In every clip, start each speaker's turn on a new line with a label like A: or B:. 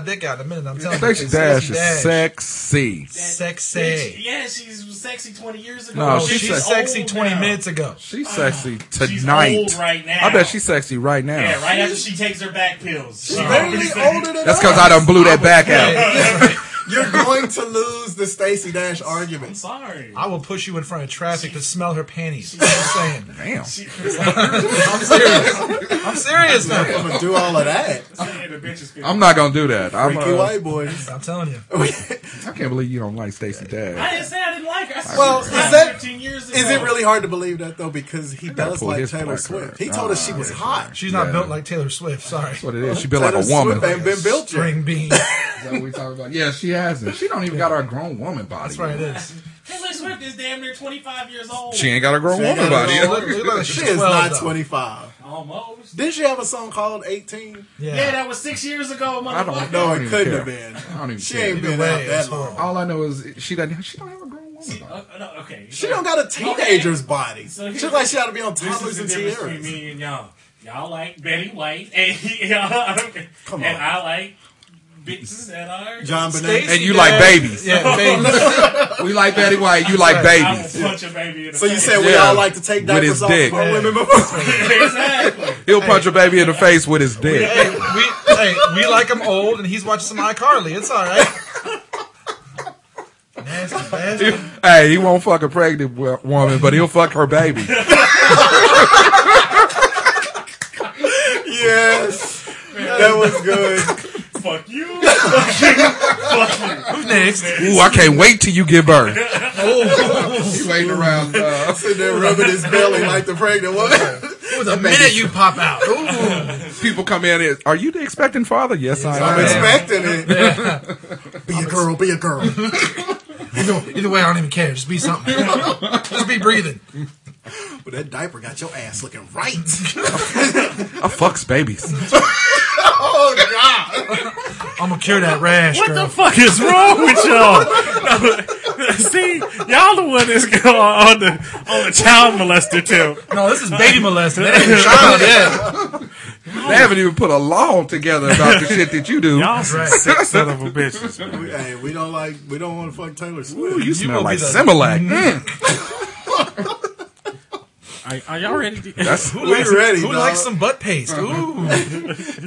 A: dick out in a minute. I'm telling you.
B: Stacey Dash is sexy.
A: Sexy.
C: Yeah, she's sexy 20 years ago.
B: No,
A: Oh,
B: she's
A: she's
B: sex-
A: sexy
C: old
A: 20
C: now.
A: minutes ago.
B: She's sexy
C: Oh, She's
B: tonight.
C: old right now.
B: I bet she's sexy right now.
C: Yeah, right after she takes her back pills. She's
D: Barely older than
B: Oh. That's
D: us.
B: because I done blew that back out.
D: You're going to lose the Stacey Dash argument.
C: Sorry.
B: "Oh."
A: I will push you in front of traffic to smell her panties. I'm just saying.
B: Damn.
C: She,
A: I'm serious. I'm serious now.
D: I'm gonna do all of that.
C: the bitch is
B: I'm not gonna do that. I'm,
D: Freaky
B: uh,
D: white boys.
A: I'm telling you.
B: I can't believe you don't like Stacey
C: I
B: Dash.
C: didn't say I didn't like her. I said
D: Well,
C: she
D: is
C: was hot
D: that-
C: 15 years ago.
D: Is it really hard to believe that though? Because he
B: gotta
D: does
B: pull
D: like
B: his
D: Taylor
B: placard.
D: Swift. He told us she was hot.
A: She's not
B: Yeah.
A: built like Taylor Swift. Sorry.
B: That's what it is. She built like a
D: Taylor
B: woman.
D: Swift ain't been built yet.
A: String bean.
B: Is that what we talking about? Yeah, she hasn't. She don't even got her grown woman body.
A: That's right. It is.
C: Taylor Swift is damn near 25 years old.
B: She ain't got a grown
D: ain't
B: woman
D: got a
B: body.
D: grown
A: woman. Look, look like
D: She
A: She's
D: is
A: 12,
D: not
A: though.
D: 25.
C: Almost.
D: Didn't she have a song called 18?
A: Yeah.
C: Yeah. that was six years ago,
B: I don't
C: motherfucker.
D: No,
B: I don't
D: it
B: even
D: couldn't
B: care.
D: have been.
B: I don't even
D: She
B: care.
D: ain't been
A: Either
D: out
A: way, it's
D: that
A: horrible.
D: long.
B: All I know is she doesn't. She don't have a grown woman body.
C: Uh, no, okay.
D: She don't got a teenager's body. She
C: So here-
D: look like she ought to be on
C: This is
D: toddlers
C: the
D: and
C: difference between
D: tiaras.
C: me and y'all. Y'all like Betty White, and y'all,
D: Come
C: and
D: on.
C: I like bitches that are.
D: John Bonet.
A: Stacey
B: And you like
A: Dash-
B: babies.
A: Yeah, babies.
B: We like Betty White. You like
C: I will
B: babies.
C: punch a baby in the
D: So you
C: face.
D: said we
B: Yeah.
D: all like to take
B: With
D: diapers
B: his
D: off
B: dick.
D: for women before.
C: exactly.
B: He'll punch a baby in the face with his dick.
A: hey, we, hey, we like him old, and he's watching some iCarly. It's all right. Nasty bastard.
B: Hey, he won't fuck a pregnant wo- woman, but he'll fuck her baby.
D: yes. That was good.
C: Fuck you. Fuck you. Fuck you.
A: Who's next?
B: Ooh, I can't wait till you give birth.
A: Oh,
B: He waiting around. Uh,
D: Sitting there rubbing his belly like the pregnant woman.
A: the minute you pop out. Ooh.
B: people come in. And, Are you the expecting father? Yes, I
D: I'm
B: am.
D: expecting it. Be a girl, be a girl.
A: Either, either way, I don't even care. Just be something. Just be breathing.
D: But that diaper got your ass looking right.
B: I fucks babies.
D: oh god.
A: I'm gonna cure that rash,
C: What
A: girl.
C: the fuck is wrong with y'all? No, see, y'all the one that's go- on the on the child molester too.
A: no, this is baby molesting. That ain't a child yet.
B: They haven't even put a law together about the shit that you do.
C: Y'all some
A: Right.
C: sick son of a bitches. man.
D: We, hey, we don't like we don't want to fuck Taylor Swift.
B: Ooh, you, smell
A: will
B: like
A: be the-
B: Similac. Mm.
C: Are, are y'all ready? To-
B: That's
A: Who likes,
D: ready,
A: who
D: dog.
A: likes some butt paste? Ooh.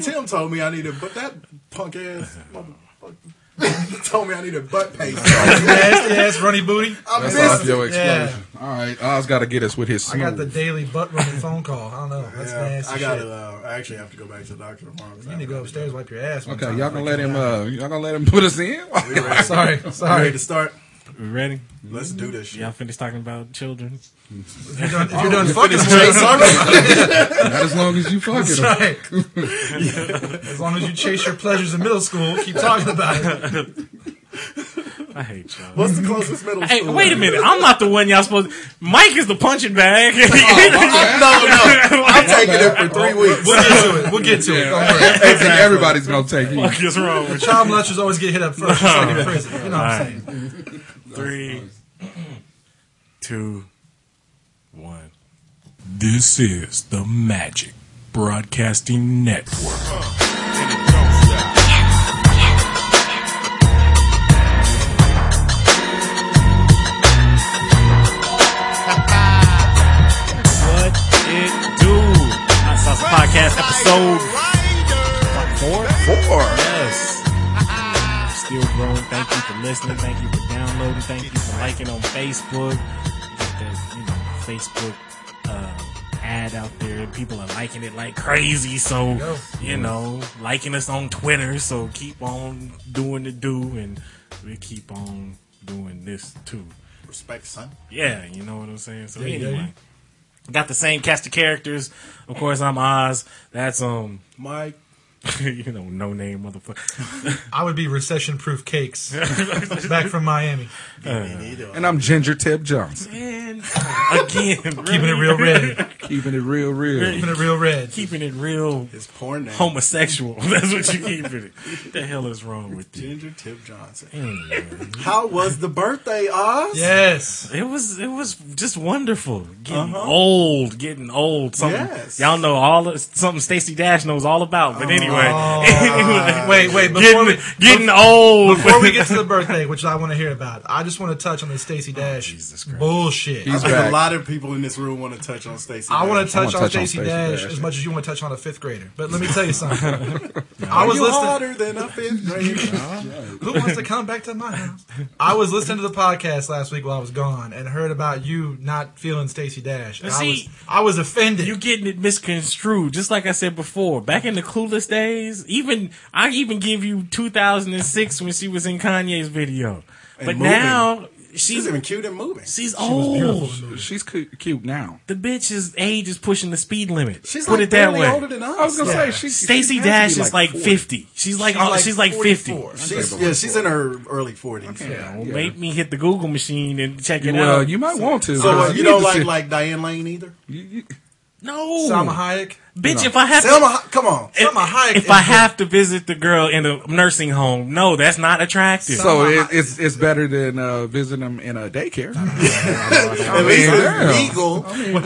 D: Tim told me I needed but that punk ass motherfucker told me I needed butt paste.
A: Nasty ass runny booty.
D: I
B: that's
D: missed
B: off your
D: it.
B: explosion. All right, Oz got to get us with his.
A: I
B: Smooth.
A: got the daily butt running phone call. I don't know. That's
D: Yeah,
A: nasty.
D: I got
A: shit.
D: to uh, I actually have to go back to the doctor tomorrow.
A: You need to go upstairs, wipe your ass. one
B: Okay,
A: time.
B: y'all gonna let him? Uh, y'all gonna let him put us in?
A: Sorry,
D: All right,
A: sorry.
D: to start.
C: we ready?
D: Let's do this shit.
C: Y'all finished talking about children.
A: If you're done, if you're done fucking,
D: Chase Arnold?
B: Not as long as you fucking
A: That's
B: him.
A: right. as long as you chase your pleasures in middle school, keep talking about it.
C: I hate y'all.
D: What's the closest middle
C: Hey,
D: school?
C: wait a minute. I'm not the one y'all supposed Mike is the punching bag.
D: No, no. I'm taking it for three weeks.
A: We'll get to it. We'll get to it. Don't worry.
B: Hey, see, Everybody's gonna take you.
C: What is wrong with you?
A: Child molesters always get hit up first, just like in prison. You know what I'm saying?
C: Three, two, one. This is the Magic Broadcasting Network. What it do? Hot Sauce Podcast episode four.
B: Four.
C: Yes. Still growing. Thank you for listening. Thank you for downloading. Thank you for liking on Facebook. Get that, you know, Facebook uh, ad out there. and People are liking it like crazy. So, you know, liking us on Twitter. So keep on doing the do, and we keep on doing this too.
D: Respect, son.
C: Yeah, you know what I'm saying. So
A: Yeah, yeah.
C: anyway, got the same cast of characters. Of course, I'm Oz. That's um,
D: Mike.
C: you know, no name motherfucker.
A: I would be recession proof cakes back from Miami.
D: Neither.
B: And I'm Ginger Tip Johnson.
C: And again,
A: Keeping it real red.
B: Keeping it real, real.
A: Keeping it real red.
C: Keeping it real
D: His porn name.
C: homosexual. That's what you keeping it. What the hell is wrong with you?
D: Ginger Tip Johnson.
C: Anyway.
D: How was the birthday, Oz?
A: Yes.
C: It was it was just wonderful. Getting old, getting old. Something
D: Yes.
C: y'all know all of, something Stacy Dash knows all about. But anyway, anyway,
A: Wait, wait. Before
C: getting
A: we,
C: getting old.
A: before we get to the birthday, which I want to hear about, I just want to touch on the Stacey Dash
C: Oh, Jesus Christ.
A: bullshit.
B: He's
D: I think
B: back.
D: a lot of people in this room want to touch on Stacey.
A: I want
D: Dash.
A: to touch
B: wanna
A: on
B: touch on
A: Stacey
B: Stacey
A: Dash
B: Dash.
A: as much as you want to touch on a fifth grader. But let me tell you something. I
D: Are
A: was
D: you
A: listening.
D: harder than a fifth grader?
A: Who wants to come back to my house? I was listening to the podcast last week while I was gone and heard about you not feeling Stacey Dash. And I was
C: See-
A: I was offended.
C: You getting it misconstrued, just like I said before. Back in the clueless days, even I even give you 2006 when she was in Kanye's video. but
D: moving.
C: now
D: She's
C: she's
D: even cute and moving.
C: she's old.
B: She's cu- cute now.
C: The bitch's age is pushing the speed limit.
D: She's
C: Put
D: like
C: it that
D: barely
C: way.
D: older than us.
B: I was gonna
A: Yeah.
B: say she. she
C: Stacy
B: has to be
C: Dash is like
B: 40.
C: 50. She's like, oh, she's like 50.
A: 44.
D: She's, yeah, she's in her early 40s.
C: Don't Make me hit the Google machine and check it
B: Well,
C: out.
B: you might want to.
D: So uh,
B: because
D: you
B: need
D: don't
B: to see-
D: like like Diane Lane either.
B: you- you-
C: no,
A: Salma Hayek.
C: bitch. If I have
D: Selma, Hi- come on.
C: to, if,
A: Salma Hayek
C: if
A: is
C: I
A: the-
C: have to visit the girl in a nursing home, no, that's not attractive.
B: so it, it's it's better than uh, visiting them in a daycare.
D: At least
B: yeah.
D: it's legal.
A: What,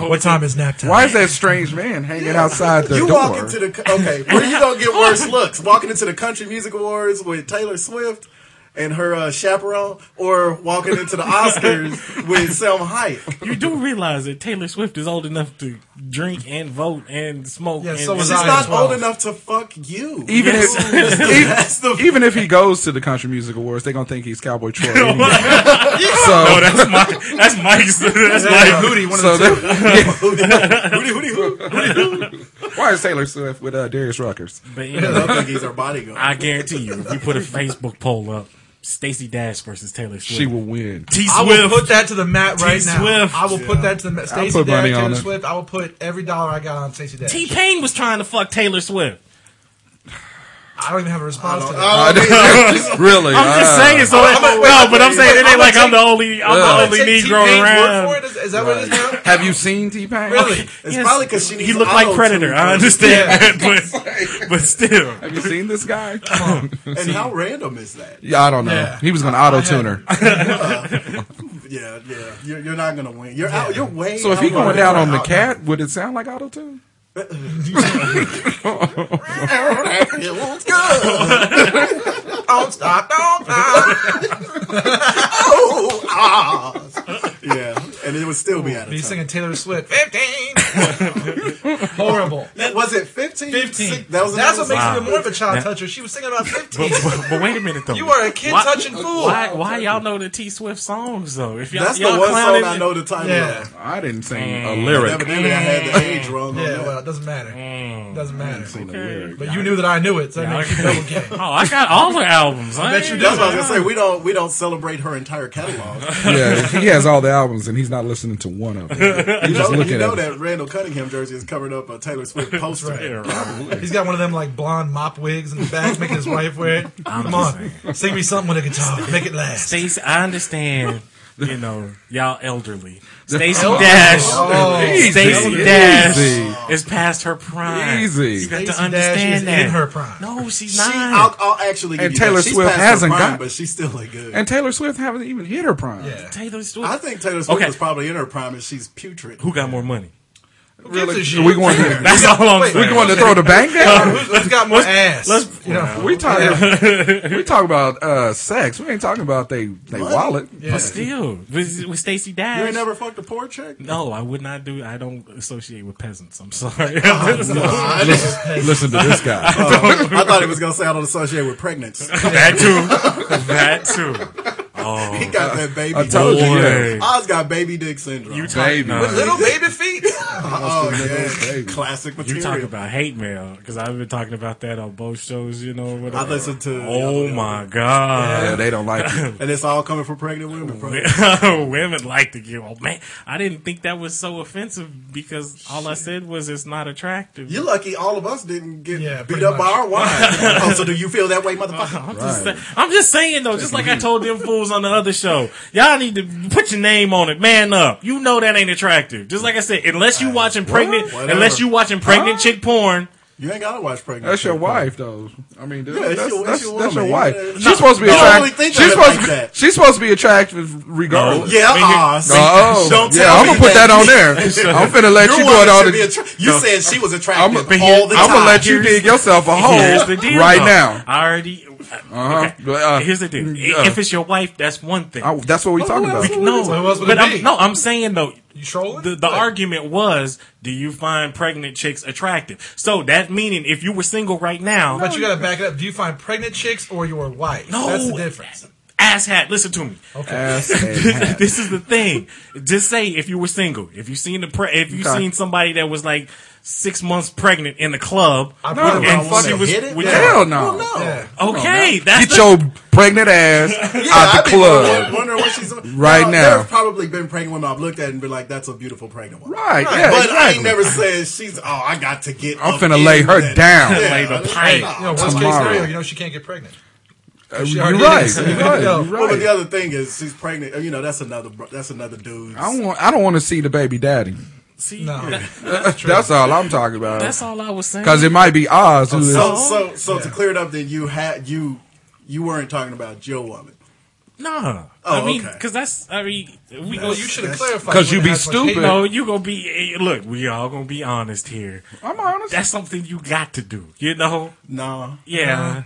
A: what, what time is nap time?
B: Why is that strange man hanging outside the
D: You
B: door?
D: walk into the co- okay. Where you gonna get worse looks? Walking into the country music awards with Taylor Swift and her uh, chaperone, or walking into the Oscars with Selma Hayek?
C: you do realize that Taylor Swift is old enough to drink and vote and smoke.
A: Yeah,
C: and,
A: so was
D: She's
A: I.
D: not
A: Well.
D: old enough to fuck you.
B: even if e-
D: That's the
B: even if he goes to the country music awards, they're gonna think he's Cowboy Troy. anyway.
C: No,
B: so
C: that's my that's Mike's. That's
A: Like
C: Mike.
A: Hootie, one
B: so
A: of the two.
B: that-
D: Hooty, hooty, hoo.
B: why is Taylor Swift with uh, Darius Ruckers?
C: But anyway,
D: I think he's our bodyguard.
C: I guarantee you, if you put a Facebook poll up, Stacey Dash versus Taylor Swift,
B: She will win.
C: T
A: I will
C: Swift.
A: put that to the mat right
C: Swift.
A: now. I will put that to the mat. Stacey
B: put
A: Dash,
B: money on
A: Taylor
B: it.
A: Swift. I will put every dollar I got on Stacey Dash.
C: T Pain was trying to fuck Taylor Swift.
A: I don't even have a response to that.
B: really? uh,
C: I'm
D: Uh,
C: just saying. So it,
A: gonna-
C: no, but I'm saying it
A: I'm
C: ain't like
A: gonna
C: I'm the only I'm
B: Well,
C: the
A: I'm
C: only
A: gonna take
C: Negro
A: T-Pain's word for
C: around.
A: it. Is, is that what it is now?
B: Have you seen T Pain?
A: Really?
D: It's
C: Yes.
D: probably because she needs
C: He looked like
A: Oh,
D: auto-tune
C: Predator. I
D: for-
C: understand, but but still,
B: Have you seen this guy? Come on.
D: And how random is that?
B: yeah, I don't know.
A: Yeah.
B: He was gonna auto tune her.
D: Yeah, yeah. You're, you're not gonna win. You're out. You're way.
B: So if he
D: out
B: going
D: of-
B: down on the cat, would it sound like auto tune?
D: It won't go.
A: Don't stop, don't stop.
D: Oh, ah. Yeah, and it would still be out of
A: He's
D: time.
A: singing Taylor Swift. 15! Horrible.
D: Was it 15?
A: 15.
D: That was
A: That's what makes
C: Wow.
A: me more of a child
C: That-
A: toucher. She was singing about 15.
C: but, but, but wait a minute though.
A: You are a kid touching fool.
C: Why, why y'all know the T Swift songs though? If y'all,
D: That's
C: y'all
D: the one
C: clowning
D: song I
C: it-
D: know the title
A: Yeah.
D: of.
B: I didn't sing a
D: But
B: lyric.
D: Evidently, I had the age wrong. on
A: Yeah,
D: that.
A: well, it doesn't matter. Doesn't matter.
B: A lyric.
A: But you knew that I knew it, so I mean, you double game.
C: Oh, I got all her albums. I
A: bet you
C: ain't-
A: do.
D: That's what I was gonna say. We don't we don't celebrate her entire catalog.
B: Yeah, he has all the albums and he's not listening to one of them. He's
D: You know,
B: just
D: you
B: looking
D: know
B: at it.
D: that Randall Cunningham jersey is covering up a Taylor Swift poster.
A: He's got one of them like blonde mop wigs in the back, making his wife wear it. Come on, sing me something with a guitar, make it last.
C: Stacey, I understand. You know, y'all elderly. Stacey
A: Elderly.
C: Dash.
A: Oh.
C: Stacey
B: Easy.
C: Dash
B: Easy.
C: is past her prime.
B: Easy.
C: You got
A: Stacey
C: to
A: Dash is
C: understand that.
A: in her prime.
C: No, she's
D: She,
C: not.
D: I'll, I'll actually give
B: And
D: you
B: Taylor
D: that. She's
B: Swift
D: past her
B: hasn't
D: prime,
B: got-
D: but she's still like good.
B: And Taylor Swift haven't even hit her prime.
A: Yeah.
C: Taylor Swift.
D: I think Taylor Swift
C: Okay.
D: was probably in her prime and she's putrid.
C: Who got more money?
A: Gives a shit.
B: We going to,
C: That's all I'm
A: wait,
C: saying.
B: we going to throw the bank down?
A: Who's, who's got more ass?
C: let's-
A: you know,
B: We talking we talking about uh, sex. We ain't talking about they they wallet.
A: yeah.
C: But still, with, with Stacey Dash.
D: You ain't never fucked a poor chick?
C: no, I would not do. I don't associate with peasants. I'm sorry.
B: Listen, listen to this guy.
D: Oh, I thought he was gonna say I don't associate with pregnants.
C: that too. That too.
D: He got that baby.
B: Oh, I told you,
C: Boy.
B: yeah.
D: Oz got baby dick syndrome.
C: You talk,
B: Baby.
C: nah,
A: little baby feet.
D: oh yeah,
B: baby.
D: classic material.
C: You talk about hate mail because I've been talking about that on both shows. You know, whatever.
D: I listened to the
C: Oh
D: other-
C: my god.
B: Yeah, they don't like you.
D: and it's all coming from pregnant women. Bro.
C: Women like to give. Oh man, I didn't think that was so offensive because all I said was it's not attractive.
D: You're lucky all of us didn't get
A: Yeah,
D: beat
A: pretty
D: up by
A: much. Uh-huh.
D: our wives. oh, so do you feel that way, motherfucker?
C: I'm just saying though, just like I told them fools on the other show. Y'all need to put your name on it. Man up. You know that ain't attractive. Just like I said, unless you watching pregnant,
D: Whatever.
C: unless you watching pregnant chick porn.
D: You ain't gotta watch pregnant.
B: That's your
D: Chick.
B: wife, though. I mean, dude,
D: Yeah, it's
B: that's,
D: your-
B: that's,
D: it's your
B: that's your
D: woman.
B: wife.
D: Yeah.
B: She's
D: No,
B: supposed to be
D: don't
B: attractive.
D: really think of
B: she's
D: it
B: supposed to
D: like
B: be,
D: that.
B: She's supposed to be attractive regardless.
D: Yeah,
C: Speaking-
D: uh, see,
B: Oh,
D: don't
B: yeah,
D: tell
B: I'm
D: me
B: gonna put that on there.
C: Shut
B: I'm finna let
D: Your
B: you do
D: woman
B: it all
D: should be
B: the.
D: attra- you said she was
B: I'm,
D: attractive
B: I'm
D: all the time.
B: gonna let you dig yourself a
C: Here's
B: hole
C: the deal.
B: right
C: though.
B: now.
C: I already.
B: Uh-huh.
C: Okay.
B: But, uh,
C: Here's the deal.
B: yeah.
C: If it's your wife, that's one thing.
B: I- that's what we talking
D: who
B: about.
D: else?
C: no,
A: So who else would
C: but
A: it
C: I'm,
A: be?
C: no, I'm saying though.
A: You trolling?
C: The, the
A: Like,
C: argument was, do you find pregnant chicks attractive? So that meaning, if you were single right now,
A: But you gotta back it up. Do you find pregnant chicks or your wife?
C: No.
A: that's the difference.
C: ass hat. Listen to me.
A: Okay,
B: Ass and
C: this,
B: hat.
C: this is the thing. Just say if you were single, if you seen the pre- if you
B: Okay.
C: seen somebody that was like six months pregnant in the club,
A: I
B: No,
A: put it
C: and
A: on one.
C: she was
D: hit it?
C: with-
D: Yeah.
B: Hell no.
D: Well, no.
A: Yeah.
C: okay. That's
B: Get
C: the,
B: your pregnant ass
D: Yeah,
B: out
D: I'd
B: the
D: be
B: club.
D: Wondering what she's doing.
B: Uh, Right now.
D: There's probably been pregnant women I've looked at and been like, "That's a beautiful pregnant woman."
B: Right. Yeah.
D: but I
B: exactly.
D: ain't never said she's. Oh, I got to get.
B: I'm
D: up
B: finna
D: in
B: lay her
D: that."
B: down.
C: Lay the
D: that's-
C: pipe.
A: You know, worst case
B: Tomorrow.
A: scenario, you know she can't get pregnant.
B: Uh,
A: She
B: You're
A: already
B: right.
A: is.
B: You're right.
A: No.
B: You're
D: Well, but the
B: right.
D: other thing is, she's pregnant. You know, that's another. bro- That's another dude.
B: I don't want. I don't want to see the baby daddy.
C: see,
A: No.
C: that-
B: That's all I'm talking about.
C: that's all I was saying.
B: Because it might be Oz who is.
D: So, so, so to clear it up, then you had you, you weren't talking about your woman.
C: Nah.
D: Oh,
C: I mean,
D: okay.
C: because that's, I mean, we,
A: Well, you should have clarified.
B: 'Cause you be
A: wouldn't have much hate.
B: stupid.
C: No, you gonna be eh, look. We all gonna be honest here.
B: I'm honest.
C: That's something you got to do. You know?
D: Nah,
C: Yeah.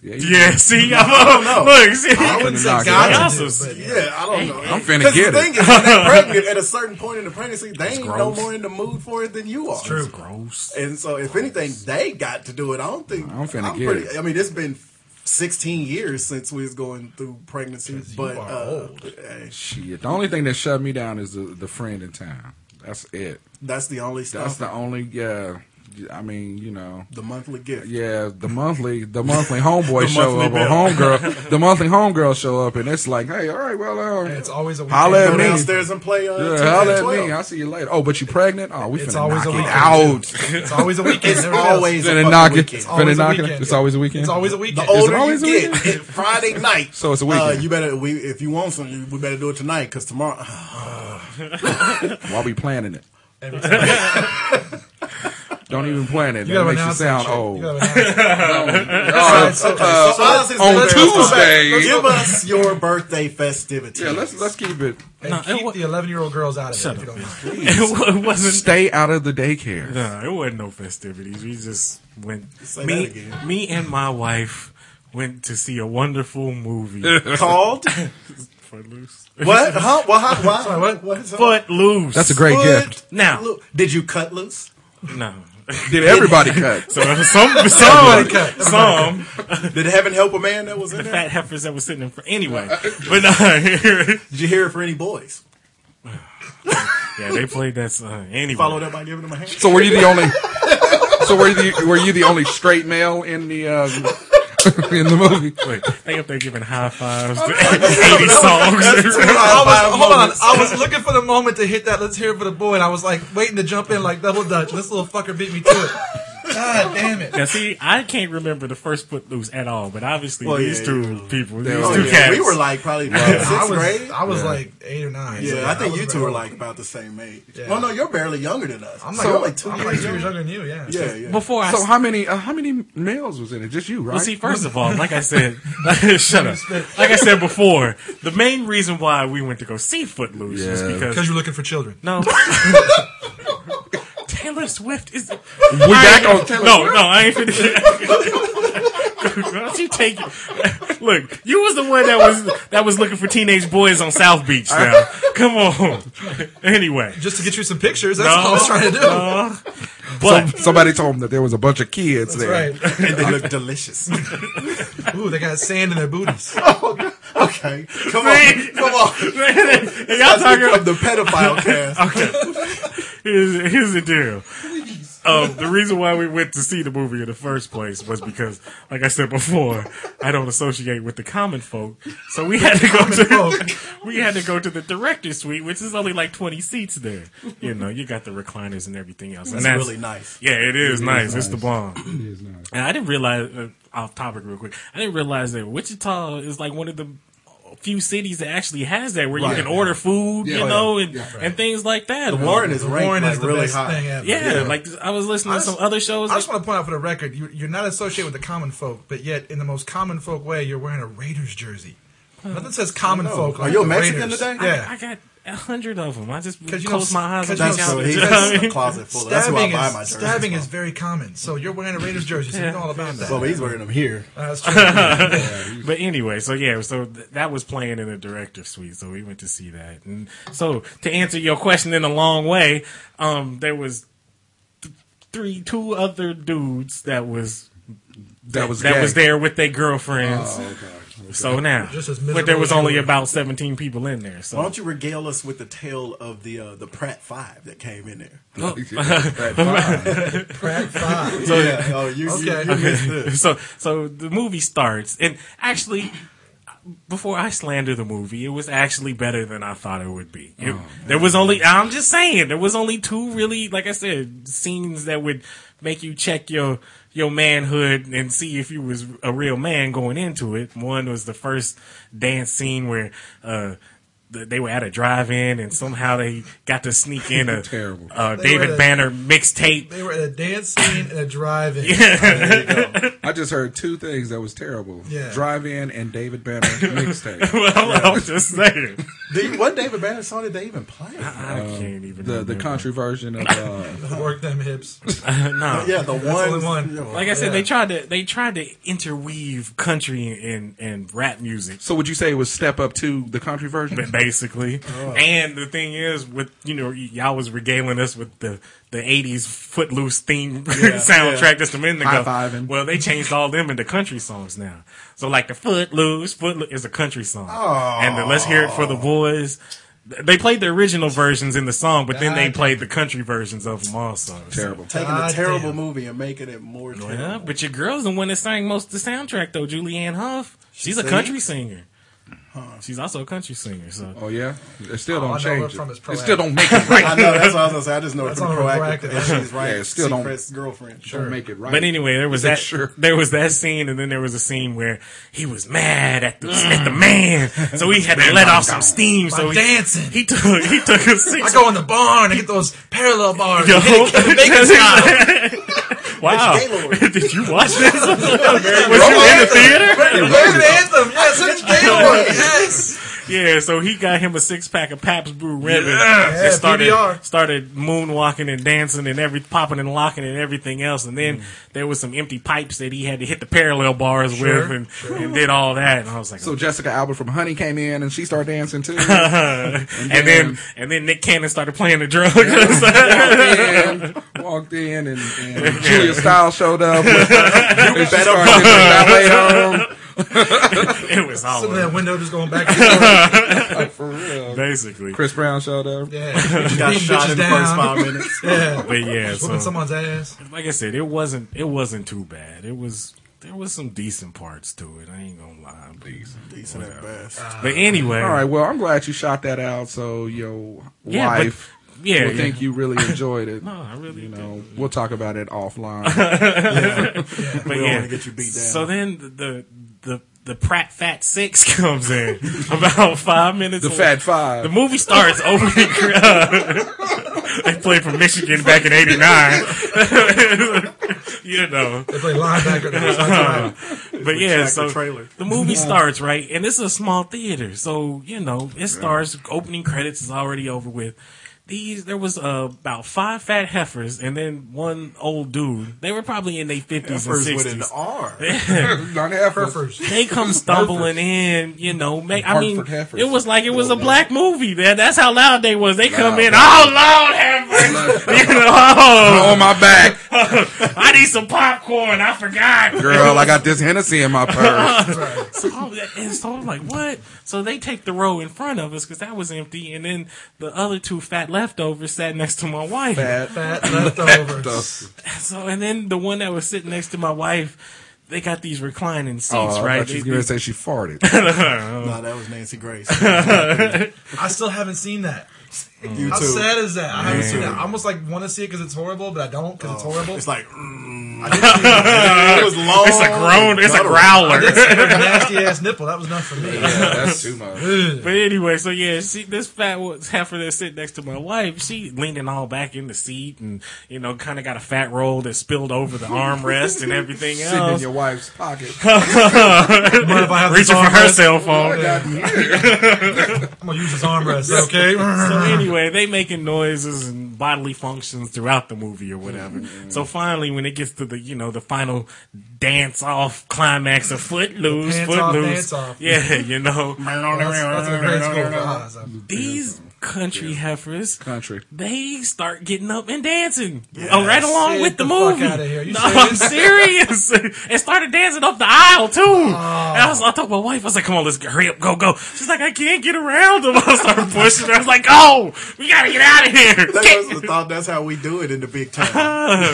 B: Yeah, you-
C: Yeah. See, I'm,
D: No.
C: look. See,
A: I wouldn't say
B: Knock it
A: God
C: out.
A: to do, but yeah.
D: yeah, I don't know.
B: I'm finna
D: 'Cause
B: get
D: the
B: it.
D: thing is, when they're pregnant at a certain point in the pregnancy, they ain't no
C: gross.
D: more in the mood for it than you are.
A: true.
C: gross.
D: And so, if anything, they got to do it. I don't think.
B: I'm finna get it.
D: I mean, it's been 16 years since we was going through pregnancies, but
A: are
D: uh,
A: old.
D: eh,
B: Shit. The only thing that shut me down is the, the friend in town. That's it.
D: that's the only
B: That's
A: Oh.
D: stuff.
B: the only. Yeah. I mean, you know.
D: the monthly gift.
B: Yeah, the monthly, the monthly homeboy
D: The
B: show
D: monthly
B: up
D: bill.
B: or homegirl, the monthly homegirl show up, and it's like, hey, all right, well, uh,
A: And it's always a weekend.
B: Holla at
D: Go
B: me.
D: downstairs and play. Uh,
B: yeah,
D: 10,
B: holla at
D: 12.
B: me. I'll see you later. Oh, but you pregnant? Oh, we
A: It's
B: finna
A: always
B: knock
A: a
B: it
A: weekend.
B: out.
A: It's always a weekend.
D: It's
A: Everybody else-
D: always a
B: Finna
D: fucking
B: knock it.
D: weekend.
A: It's always
B: Finna
A: a
B: knock it.
A: weekend.
B: It's always a weekend.
A: It's always a weekend.
D: The older
B: always a
D: you get,
B: weekend?
D: it- Friday night.
B: So it's a weekend.
D: Uh, you better we if you want something, we better do it tonight because tomorrow.
B: While we planning it,
A: Every time.
B: don't even plan it.
A: You gotta
B: That makes you
A: announce that
B: sound
A: shit.
B: old.
A: You gotta announce it.
B: Oh,
A: So it's-
B: uh,
D: So us is
B: on
D: let's go
B: Tuesday.
D: back. Give us your birthday festivities.
B: yeah, let's let's keep it.
A: And
C: No, it
A: keep
C: wa-
A: the 11 year old girls out of
C: Shut
A: it. If you
C: up,
A: don't mind.
C: it wasn't
B: Stay out of the daycare.
C: No, it wasn't no festivities. We just went.
D: Say
C: me,
D: that again.
C: me and my wife went to see a wonderful movie.
D: called
C: Footloose.
D: what? Huh? Well, how, why?
A: Sorry, what?
D: What's up?
C: Footloose.
B: That's a great
D: Foot
B: gift.
C: Now.
D: loo- did you cut loose?
C: no.
B: Did everybody cut?
C: So some, some, some
D: Did heaven help a man that was in there?
C: fat heifers that were sitting in front. Anyway, but no,
D: Did you hear it for any boys?
C: yeah, they played that song. Anyway,
D: Followed up by giving him a hand.
B: So were you the only? So were you the, were you the only straight male in the uh, in the movie?
C: Wait, they up there giving high fives to eighty songs.
A: I
D: Five
A: was, hold on.
D: moments.
A: I was looking for the moment to hit that. Let's hear it for the boy. And I was like waiting to jump in like double dutch. This little fucker beat me to it. God damn it.
C: Now, see, I can't remember the first Footloose at all, but obviously
D: Well,
C: these
D: yeah,
C: two
D: yeah.
C: people, these
B: Oh,
C: two
D: yeah,
C: cats,
D: we were like probably
A: I
D: sixth
A: was,
D: grade.
A: I was like eight or nine. so
D: Yeah, I think
A: was
D: you two
A: very
D: are
A: old.
D: like about the same age.
A: Yeah.
D: Well, no, you're barely younger than us.
A: I'm
D: I'm
A: like,
D: like,
A: so, I'm
D: you're like 2 years
A: like two
D: younger.
A: years younger than you, yeah.
D: Yeah, yeah.
C: before I
B: So how many uh, how many males was in it? Just you, right?
C: Well, see, first of all, like I said, shut up. Like I said before, the main reason why we went to go see Footloose was
B: Yeah.
C: because
A: Because you're looking for children.
C: no. Taylor Swift is.
B: we back on Taylor
C: no,
B: Swift?
C: no, I ain't finished. Why don't you take it? Look, you was the one that was that was looking for teenage boys on South Beach. Now, come on. Anyway,
A: Just to get you some pictures. That's
C: No.
A: all I was trying to do.
C: uh, but
B: Somebody told him that there was a bunch of kids
A: That's
B: there.
A: right.
D: and they look delicious.
A: Ooh, they got sand in their booties.
D: Okay, come on,
C: Man.
D: come on.
C: And y'all talking
D: Of the pedophile cast.
C: here's, here's the deal. Um, the reason why we went to see the movie in the first place was because, like I said before, I don't associate with the common folk, so we had to go to we had to go to the director's suite, which is only like twenty seats there. You know, you got the recliners and everything else. and
D: That's really nice.
C: Yeah, it is nice. It's the bomb. And I didn't realize uh, off topic real quick. I didn't realize that Wichita is like one of the few cities that actually has that where
D: Right.
C: you can order food,
B: Yeah.
C: you
B: Yeah.
C: know, and,
B: Yeah.
C: and things like that.
D: The Warren is
A: The
D: ranked
A: Warren
D: like,
A: is the
D: really
A: best
D: high.
A: thing ever.
C: yeah, like I was listening
A: I
C: to
A: just-
C: some other shows.
A: I just want to point out for the record, you, you're not associated with the common folk, but yet in the most common folk way, you're wearing a Raiders jersey. Nothing says common
D: Oh,
A: folk.
D: are
A: like
D: you a
A: the
D: Mexican
A: Raiders.
D: today?
A: Yeah.
C: I got a hundred of them. I just
A: 'Cause
C: close
A: you know,
C: my eyes and
A: that's
D: That's
C: count.
A: so
D: so
C: them.
D: he's
A: he-
C: You know what I
D: in
C: mean?
D: a closet full of. That's who I
A: stabbing
D: buy
A: is,
D: my jerseys.
A: stabbing
D: from.
A: is very common, so you're wearing a Raiders jersey, so you know all about that.
D: Well, but he's wearing them here.
A: That's true.
C: But anyway, so yeah, so th- that was playing in the director suite, so we went to see that. And so to answer your question in a long way, um, there was th- three, two other dudes that was
B: That was
C: that
B: gay.
C: was there with their girlfriends.
B: Oh, okay. Okay.
C: So now,
A: Just as
C: but there was
A: miserable as
C: only
A: you were.
C: about seventeen people in there.
D: Why
C: So
D: don't you regale us with the tale of the uh, the Pratt Five that came in there?
B: That vibe.
A: Pratt five.
D: So, yeah, oh, you,
A: Okay.
D: you, you missed this.
C: so so the movie starts, and actually. Before I slander the movie, it was actually better than I thought it would be.
B: Oh,
C: It- there was only, I'm just saying, there was only two really, like I said, scenes that would make you check your, your manhood and see if you was a real man going into it. One was the first dance scene where, uh, th- they were at a drive-in and somehow they got to sneak in a,
B: Terrible.
A: They
C: uh,
A: were
C: David
A: at-
C: Banner mixtape.
A: They were at a dance scene and a drive-in. Uh, There you go.
B: I just heard two things that was terrible.
A: Yeah.
B: Drive in and David Banner mixtape.
C: well, I'm just saying.
D: Did you- what David Banner song did they even play?
A: Uh-uh.
C: I can't even.
B: The the
C: remember.
B: country version of uh,
A: Work them hips.
C: no.
D: yeah, the
A: only
D: one.
A: one.
C: Like I said,
A: Yeah.
C: they tried to they tried to interweave country and and rap music.
B: So would you say it was step up to the country version?
C: Basically, and the thing is, with you know, y- y'all was regaling us with the the '80s Footloose theme soundtrack just a minute ago.
B: High-fiving.
C: Well, they changed all them into country songs now. So, like the Footloose, Footloose is a country song, and the Let's Hear It for the Boys. th- They played the original versions in the song, but then they
A: God.
C: played the country versions of them also. so-
B: Terrible.
D: Taking a
A: God
D: terrible
A: damn.
D: movie and making it more terrible.
C: Yeah, but your girl's the one that sang most of the soundtrack though, Julianne Hough. She's a
D: sings?
C: country singer. She's also a country singer, so
B: Oh yeah, it still
A: I
B: don't
A: know
B: change
A: it from
B: it.
A: his
B: It still
A: proactive.
B: don't make it right.
D: I know. That's what I was gonna say. I just know it's
A: That's on
D: proactive.
A: proactive.
D: And she's right.
B: Yeah, still don't-
D: Secret's girlfriend.
B: Don't make it right.
C: But anyway, there was
B: Is that
C: that
B: sure?
C: there was that scene, and then there was a scene where he was mad at the at the man, so he had to let off some steam. So
A: By
C: he,
A: dancing.
C: he took he took a
A: I
C: six.
A: go in the barn and get those parallel bars.
C: Yo.
A: and hit a kick- bacon style.
C: wow!
D: Gaylord.
C: Did you watch this? was you in the theater?
A: American anthem. Yes, it's Gaylord. Yes.
C: Yeah, so he got him a six pack of Pabst Brew Ribbon
A: Yeah,
C: and started
A: PBR.
C: started moonwalking and dancing and every popping and locking and everything else. And
B: Mm.
C: then there was some empty pipes that he had to hit the parallel bars
A: Sure,
C: with and, and did all that. And I was like,
B: So Jessica Alba from Honey came in and she started dancing too.
C: and then and then Nick Cannon started playing the drums.
B: and walked in and, and Julia Stiles showed up. With, and she started doing ballet on.
C: it was all
A: Some of
C: over,
A: that window just going back and forth.
B: Like, Oh, for real.
C: basically.
B: Chris Brown showed up.
A: Yeah. Just
D: Got
A: beating
D: shot
A: bitches
D: in the
A: down.
D: first five minutes.
A: Yeah.
C: But yeah,
A: Just Whooping
C: so,
A: someone's ass.
C: like I said, it wasn't it wasn't too bad. It was there was some decent parts to it. I ain't gonna lie. But,
D: Decent at best.
C: but anyway,
B: All right. Well, I'm glad you shot that out. So your
C: Yeah, but-
B: wife
C: yeah,
B: will
C: yeah.
B: think you really enjoyed it.
C: No, I really
B: you
C: did.
B: know, we'll talk about it offline.
C: But
D: We don't
C: yeah.
D: wanna get you beat down.
C: So then the the the, the Pratt Fat Six comes in about five minutes.
B: the
C: la-
B: Fat Five.
C: The movie starts opening. uh, they played from Michigan back in '89. you know,
A: They play linebacker. That's right.
C: but yeah,
D: track
C: so
D: the trailer.
C: the movie starts right, and this is a small theater, so you know it starts. Opening credits is already over with. These there was uh, about five fat heifers, and then one old dude. They were probably in their fifties and
D: First with an
C: sixties.
D: R.
B: Don Heffer.
A: Heifers.
C: they come stumbling in, you know. Make, I mean,
B: Hartford heifers.
C: it was like it was a black movie. That that's how loud they was. They come
B: Loud.
C: in, oh loud heifers, you know. Oh,
B: on my back,
C: I need some popcorn. I forgot.
B: girl. I got this Hennessy in my purse.
C: Oh, that- and so I'm like, what? So they take the row in front of us because that was empty, and then the other two fat leftovers sat next to my wife.
B: Fat
A: Fat leftovers.
B: stuff.
C: So and then the one that was sitting next to my wife, they got these reclining seats,
B: Oh, I
C: right?
B: thought you
C: These-
B: was gonna say she farted.
D: No, that was Nancy Grace.
A: I still haven't seen that.
D: you
A: How
D: too.
A: sad is that? I
D: Oh,
A: haven't seen that. I almost like want to see it because it's horrible, but I don't because it's horrible.
D: It's like, mm, It was long.
E: It's
C: Oh,
E: a groan. It's a growler.
A: nasty ass nipple. That was enough for me.
B: Yeah, that's too much.
C: But anyway, so yeah, she this fat was half of that sitting next to my wife. She leaning all back in the seat, and you know, kind of got a fat roll that spilled over the armrest and everything
B: Sitting in
C: else.
B: your wife's pocket.
A: Mind if I have this
E: Reaching for
A: armrest?
E: her cell phone.
A: I'm gonna use this armrest. Okay.
C: so anyway, they making noises and bodily functions throughout the movie or whatever. So finally, when it gets to the you know the final dance off climax of Footloose,
A: The pants off,
C: Footloose,
A: dance off.
C: yeah, you know
A: that's, that's a great score for Oz.
C: these country heifers.
B: Country.
C: They start getting up and dancing uh, right along
A: Get
C: with the,
A: the fuck
C: movie.
A: outta here. You
C: no, I'm serious.
A: serious? Oh.
C: and started dancing up the aisle too. And I was, I told my wife, I was like, "Come on, let's get, hurry up, go, go." She's like, "I can't get around them." I started pushing her. I was like, "Oh, we gotta get out of here.
D: That was the
C: Kick,
D: thought. That's how we do it in the big time.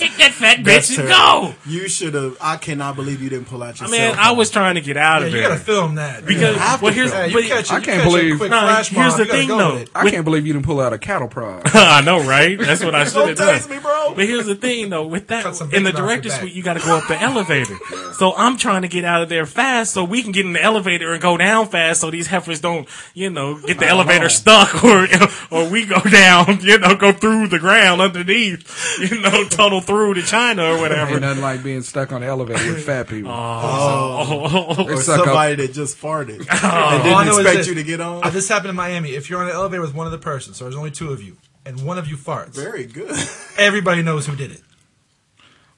C: kick that fat
D: That's
C: bitch and
D: terrible.
C: go."
D: You should have. I cannot believe you didn't pull out your.
C: I
D: cell
C: mean,
D: phone.
C: I was trying to get out
A: Yeah,
C: of
A: you
C: there
A: gotta film that
C: because
A: Yeah.
D: have
C: well,
D: to
C: here's
A: Hey, you
C: but,
A: catch it,
B: I
A: you
B: can't
A: catch it
B: believe-
A: quick
C: No,
A: flash
C: here's
A: mob,
C: the
A: you gotta
C: thing,
A: go
C: though.
A: with it.
B: I can't believe you didn't pull out a cattle prod.
C: I know, right? That's what I should
D: don't
C: have done.
D: taste me, bro.
C: But here's the thing, though. With that,
A: Cut some
C: in
A: bacon
C: the
A: off your
C: director's
A: back.
C: suite, you got to go up the elevator. So I'm trying to get out of there fast so we can get in the elevator and go down fast so these heifers don't, you know, get the elevator stuck or or we go down, you know, go through the ground underneath, you know, tunnel through to China or
B: Ain't
C: whatever.
B: nothing like being stuck on the elevator with fat people.
C: Oh,
B: They
D: or
B: suck up.
D: somebody that just farted
A: All
D: and
A: I
D: didn't
A: know is
D: expect
A: this.
D: you to get on.
A: Uh, this happened in Miami. If you're on an elevator with one other person, so there's only two of you, and one of you farts,
D: Very good.
A: everybody knows who did it.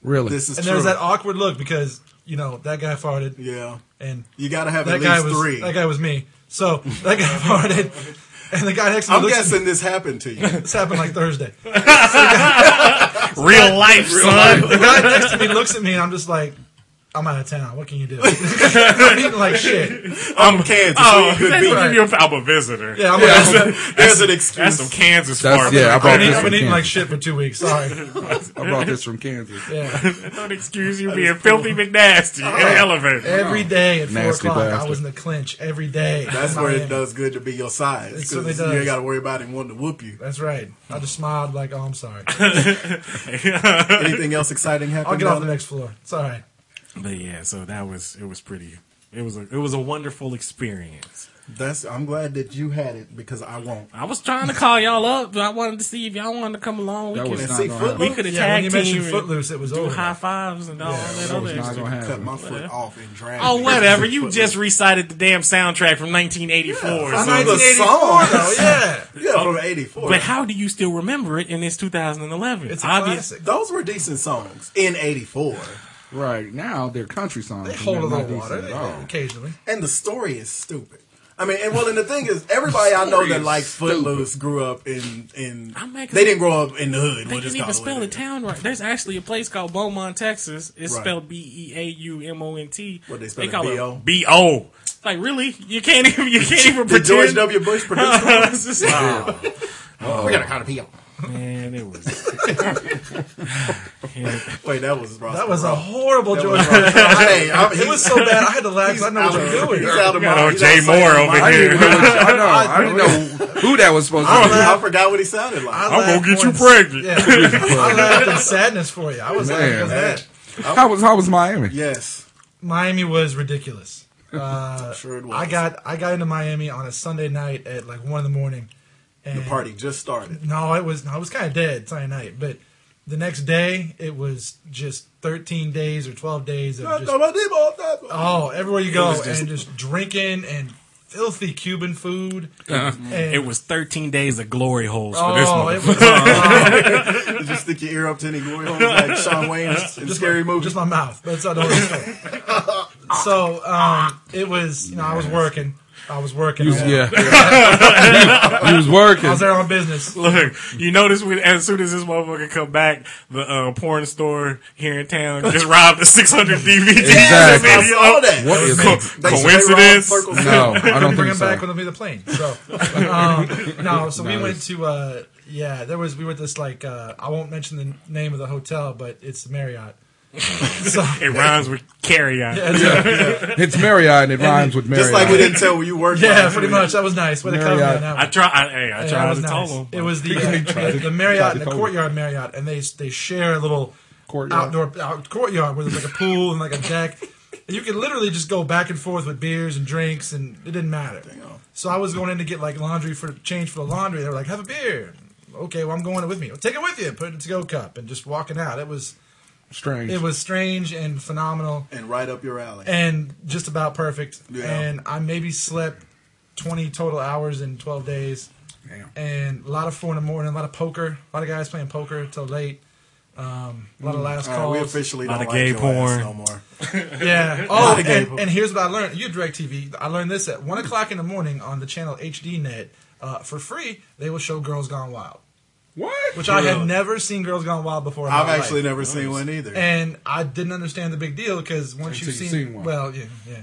B: Really?
D: This is
A: And
D: true.
A: there's that awkward look because you know that guy farted,
D: yeah,
A: and
D: you got to have
A: that
D: at
A: guy
D: least
A: was
D: three.
A: that guy was me. So that guy farted, and the guy next to me
D: I'm
A: looks at me.
D: guessing this happened to you.
A: This happened like Thursday.
E: Real life, son.
A: The guy next to me looks at me, and I'm just like, I'm out of town. What can you do? I'm eating like shit.
D: I'm Kansas. where
E: Oh,
D: you could
E: that's
D: be.
E: what you- I'm a visitor.
A: Yeah, I'm,
D: There's an
E: That's
D: excuse.
E: some Kansas
B: That's-
E: farm.
B: yeah, I
A: I've
B: brought
A: been,
B: this
A: I've
B: from
A: been eating like
B: Kansas.
A: shit for two weeks. Sorry.
B: I brought this from Kansas.
A: Yeah.
E: Don't excuse you being filthy McNasty in the elevator.
A: Every day at four
B: Nasty
A: o'clock, I
B: bastard.
A: was in the clinch every day.
D: That's
A: in
D: where
A: Miami.
D: it does good to be your size.
A: It
D: 'cause
A: certainly
D: You
A: does.
D: ain't got to worry about him wanting to whoop you.
A: That's right. I just smiled like, oh, I'm sorry.
D: Anything else exciting happened?
A: I'll get off
D: down
A: the
D: there?
A: next floor. It's all right.
C: But yeah, so that was it. Was pretty. It was a it was a wonderful experience.
D: That's. I'm glad that you had it because I won't.
C: I was trying to call y'all up, but I wanted to see if y'all wanted to come along. We
B: That
C: could-
B: was
D: And
B: not
D: see,
B: gonna
D: football-
B: happen.
C: We could have
A: Yeah, when
C: tag
A: you
C: team
A: mentioned Footloose, it was
C: do
A: over.
C: high fives and all that
B: That was
C: other
B: not
C: extra.
B: gonna
D: Cut my
B: happen.
D: foot off and drag.
C: Oh,
D: me.
C: whatever. You just recited the damn soundtrack from 1984. so-
D: I know the
A: 1984
D: song.
A: though, yeah.
D: Yeah, from '84.
C: but how do you still remember it? And it's 2011.
A: It's a
C: Obvious-
A: classic.
D: Those were decent songs in '84,
B: Right now, they're country songs.
A: They
B: and
A: hold a
B: they're
A: little
B: not decent
A: water
B: at
A: they-
B: all.
A: occasionally.
D: and the story is stupid. I mean, and well, and the thing is, everybody I know
B: Story
D: that
B: is
D: like
B: stupid.
D: Footloose grew up in in.
C: I'm making-
D: They didn't grow up in the hood.
C: They
D: We'll
C: didn't
D: just
C: even
D: call
C: spell
D: it
C: the
D: what it.
C: town right. There's actually a place called Beaumont, Texas. It's
D: Right.
C: spelled B E A U M O N T.
D: What, they spell it
C: call
D: B.O.?
C: B O. Like really? You can't even you can't even
D: Did
C: pretend.
D: George W. Bush produce it?
C: It's just like-
D: We got a kind of peel.
C: man, it was.
D: Wait, that was Ross.
A: That was a horrible
D: That
A: George.
D: was Ross. hey, I'm,
A: It was so bad. I had to laugh. 'cause I know what
D: out
A: you're
D: of,
A: doing.
D: he's out of
E: Got
D: my.
E: old
D: he's
E: Jay
D: outside
E: Moore
D: of
E: over
D: my-
B: I
E: here.
B: didn't know. What, I know. I didn't know who that was supposed to
D: I forgot what he sounded like.
A: I
E: I'm gonna
A: laughed
E: get you
A: once.
E: pregnant.
A: Yeah. I laughed in sadness for you. I was laughing
B: Man.
A: because of that.
B: be. How was how was Miami?
D: yes,
A: Miami was ridiculous. Uh,
D: sure it was.
A: I got I got into Miami on a Sunday night at like one in the morning. And
D: the party just started.
A: No, it was no, it was kind of dead Sunday night, but the next day it was just 13 days or 12 days of just oh everywhere you go and just drinking and filthy Cuban food. and,
C: It was 13 days of glory holes for this
A: oh,
C: one.
A: it was uh,
D: just stick your ear up to any glory holes like Sean Wayne in scary movies.
A: just my mouth. That's not the whole story. So um, it was you know I was working, I was working. I was-
B: Yeah, you, was working.
A: I was there on business.
E: Look, you notice when, as soon as this motherfucker come back, the uh, porn store here in town just robbed a 600 DVD.
B: Exactly.
D: I saw that.
B: What is
E: Co-
B: it?
D: They say
E: coincidence?
D: Ron Circles.
B: No, I
A: Couldn't bring
B: don't think
A: him
B: so.
A: back when be the plane. So um, no, so we
B: Nice.
A: went to uh, yeah, there was we went to this like uh, I won't mention the name of the hotel, but it's Marriott. so
E: It rhymes with carry on.
B: It's Marriott and it rhymes with Marriott.
D: Just like we didn't tell where you worked.
A: yeah,
D: on.
A: pretty much that was nice. Way to cover me on
B: Marriott.
A: that
E: I
A: one.
E: try. I, hey, I tried
A: Yeah, that
E: to
A: was
E: tell
A: nice.
E: him.
A: It was the,
B: He
A: uh,
B: tried
A: the,
B: to-
A: the
B: tried
A: Marriott
B: to
A: and the
B: tell him.
A: Courtyard Marriott, and they they share a little
B: Courtyard.
A: outdoor out courtyard where there's like a pool and like a deck. And you could literally just go back and forth with beers and drinks, and it didn't matter. So I was going in to get like laundry for change for the laundry. They were like, "Have a beer." Okay, well I'm going with me. Well, take it with you. Put it in a to-go cup, and just walking out. It was
B: Strange.
A: it was strange and phenomenal,
D: and right up your alley.
A: and just about perfect.
D: Yeah.
A: And I maybe slept 20 total hours in 12 days
B: Damn.
A: and a lot of four in the morning, a lot of poker, a lot of guys playing poker till late, um, a lot of last
D: Mm. All right, we
A: calls.
D: officially
E: Lot
D: don't
E: of
D: like
E: gay
D: your ass
E: porn.
D: no more.
A: yeah. Oh,
D: of gay
A: and,
D: poker.
A: and here's what I learned. You direct TV. I learned this at one o'clock in the morning on the channel HDNet uh, for free. They will show Girls Gone Wild,
B: What?
A: which I had never seen Girls Gone Wild before. in
D: I've
A: my
D: actually
A: life.
D: never seen one either.
A: And I didn't understand the big deal because once you've
B: Until you've
A: seen,
B: seen one.
A: well, yeah, yeah.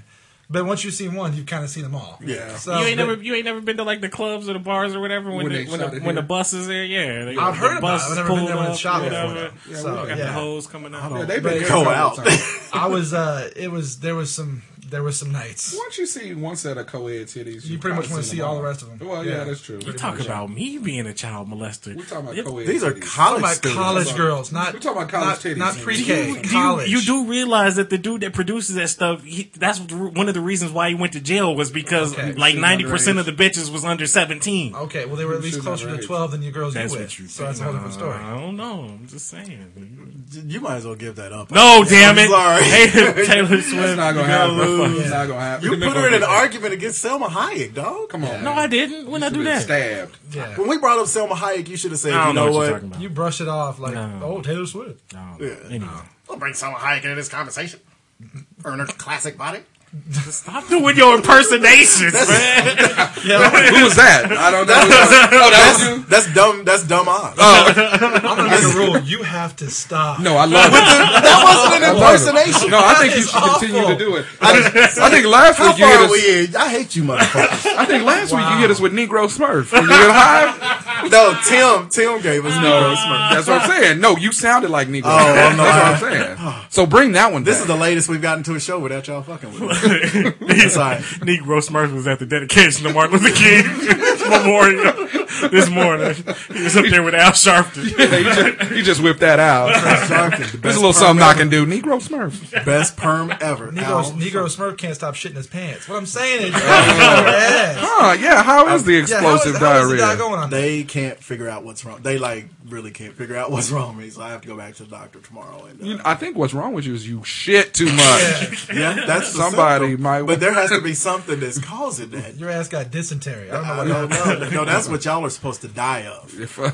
A: But once you've seen one, you've kind of seen them all.
D: Yeah.
A: So
E: you ain't
A: but-
E: never you ain't never been to like the clubs or the bars or whatever when
B: When
E: the,
B: they
E: when, the,
B: shot it
E: when the
B: here.
E: bus is there. Yeah, they,
A: I've
E: the
A: heard about
E: bus
A: it. I've never been
E: pulled
A: there when
E: up,
A: it's shot before,
E: whatever.
A: though.
B: Yeah,
A: So,
E: Got
B: we
E: the
A: yeah.
E: hose coming out.
B: Yeah, they've been
A: But-
B: there
D: Go
B: a
D: out.
B: couple times.
A: I was uh it was there was some there was some nights.
B: Once you see one set of co-ed titties,
A: You
B: you've
A: pretty much
B: probably
A: wanna
B: seen
A: see
B: them
A: all the rest of them.
B: Well, yeah,
A: Yeah.
B: that's true.
E: You talk about me being a child molester.
B: We're talking about
E: It-
B: co-ed.
D: These are
A: I'm
B: titties.
D: college
A: talking about
D: students.
A: college girls, not
B: We're talking about college
A: not,
B: titties.
A: not
E: Do
A: pre-K.
E: you, do you,
A: college.
E: you do realize that the dude that produces that stuff, he, that's the- one of the reasons why he went to jail was because
A: Okay.
E: like
B: She's
E: ninety percent
B: underage.
E: of the bitches was under seventeen.
A: Okay, well they were at least
B: Should
A: closer
B: not
A: to
B: raise.
A: twelve than your girls
E: that's
A: you
E: what
A: with.
E: you.
A: so that's a whole different story.
E: I don't know. I'm just saying.
D: You might as well give that up.
E: No, damn it,
D: sorry.
E: Taylor, Taylor
B: It's
E: Swift.
B: not gonna happen. bro. It's not gonna happen.
D: You
B: They've been
D: put her in an
B: fucking-
D: argument against Selma Hayek, dog.
B: Come on.
E: No, I didn't. When I do that,
B: Stabbed.
A: Yeah.
D: When we brought up Selma Hayek, you should have said,
E: I don't
D: you know, what?
E: you're talking
A: You brush it off like
E: No.
A: oh Taylor Swift.
E: about. No. Anyway,
D: We'll bring Selma Hayek into this conversation. Earn her classic body.
E: stop doing your impersonations, man.
A: Yeah,
B: Who was that? I don't know. oh, that was you.
D: That's dumb. That's dumb odds.
A: I'm gonna make a rule. You have to stop.
B: No, I love it.
D: that wasn't an
B: I love it.
D: impersonation.
B: No, I think
A: That
B: you
A: is
B: should continue
A: awful.
B: to do it. I, I think last
D: How
B: week you hit
D: far are
B: us.
D: we in? I hate you, motherfuckers.
B: I think last week
A: Wow.
B: you hit us with Negro Smurf. Were you in Hive?
D: no, Tim. Tim gave us
A: Uh,
D: no.
B: That's what I'm saying. No, you sounded like Negro.
D: Oh,
B: Smurf.
D: I'm not-
B: That's what I'm saying. So bring that one.
D: This
B: back.
D: is the latest we've gotten to a show without y'all fucking with us. It's all right.
E: Negro Smurf was at the dedication of Martin Luther King Memorial this morning. He was up there with Al Sharpton.
B: Yeah, you, just, you just whipped that out.
D: Sharpton, the
B: There's
D: best
B: a little
D: perm
B: something I
D: ever.
B: can do. Negro Smurf.
D: Best perm ever.
A: Negro,
D: Al.
A: Negro Smurf can't stop shitting his pants. What I'm saying is, you gotta cover ass.
B: Oh, yeah. How is the
A: Yeah, how is-
B: explosive
A: how is the guy
B: diarrhea?
A: going on?
D: They can't figure out what's wrong. They like really can't figure out what's wrong with me, so I have to go back to the doctor tomorrow. And uh,
B: You- I think what's wrong with you is you shit too much.
A: Yeah,
D: yeah, that's the
B: Somebody
D: symptom.
B: might-
D: But there has to be something that's causing that.
A: your ass got dysentery. I don't know
D: I
A: what
D: don't know. No, that's what y'all are supposed to die of.
B: If, uh,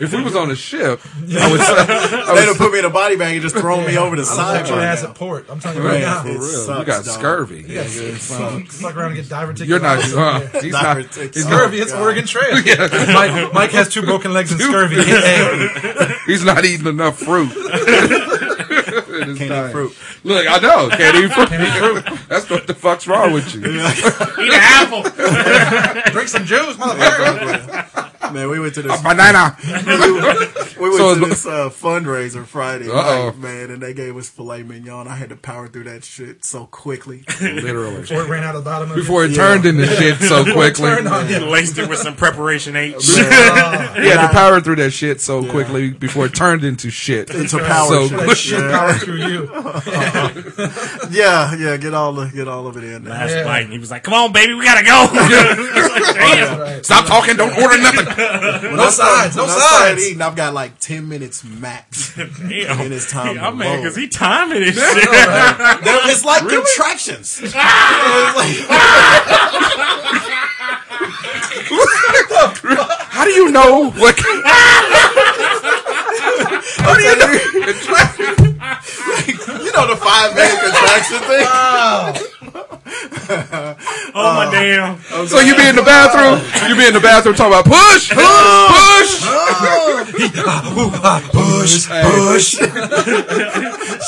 B: if we was on a ship, I would say,
D: They'd have put me in a body bag and just thrown me over the
A: I don't
D: side.
A: want your
D: right
A: ass
D: now.
A: at port. I'm telling you
D: Right.
A: right
B: yeah, for
A: now.
D: It
B: real, you
D: sucks,
B: got
D: dog.
B: scurvy.
A: Yeah,
D: It sucks.
A: Fuck around and get diverticulitis.
B: You're not.
A: Yeah.
B: Uh, he's not.
D: Diverticulitis.
B: He's
A: Scurvy,
B: not,
A: it's
D: God.
A: Oregon Trail. Mike, Mike has two broken legs and scurvy. Get angry.
B: he's not eating enough fruit. It is
D: Can't
B: dying.
D: eat fruit.
B: Look, I know. Can't eat fruit. That's what the fuck's wrong with you.
E: Eat an apple.
A: Drink some juice, motherfucker.
D: Man, we went to this.
B: Banana.
D: We went
B: So
D: to
B: it's-
D: this uh, fundraiser Friday
B: Uh-oh.
D: night, man, and they gave us filet mignon. I had to power through that shit so quickly.
B: Literally.
A: Before it ran out of the bottom of
B: Before it
D: Yeah.
B: turned into shit so quickly.
A: turned on you.
E: Laced it with some preparation H.
D: Oh,
B: He had to power through that shit so quickly before it turned into shit.
D: Into power
B: So
D: trip.
A: That shit power through you.
D: Yeah, yeah, get all the, get all of it in. there.
E: Last
A: Yeah.
E: bite, and he was like, "Come on, baby, we gotta go." It's like,
D: Oh,
E: Damn.
A: Right.
B: Stop talking. Don't order nothing.
D: When
A: No
D: I start-
A: sides, no
D: when I start
A: sides.
D: Eating, I've got like ten minutes max. There-
E: Damn.
D: And it's time
E: Yeah,
D: to
E: I'm mad
D: roll. Oh,
E: because he timing his shit.
D: it's like contractions. It's like-
B: How do you know what? How do you know?
D: you know the five minute contraction thing.
A: Uh,
E: Oh my damn!
B: So you be in the bathroom. You be in the bathroom talking about push, push, push.
A: ah,
D: Push,
B: Hey.
D: push.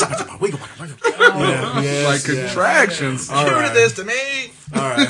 D: Shabba-dabba, wiggle, wiggle, wiggle. Yeah,
A: Oh.
D: yes,
B: Like
D: yeah.
B: contractions.
A: True to this to me.
D: All right,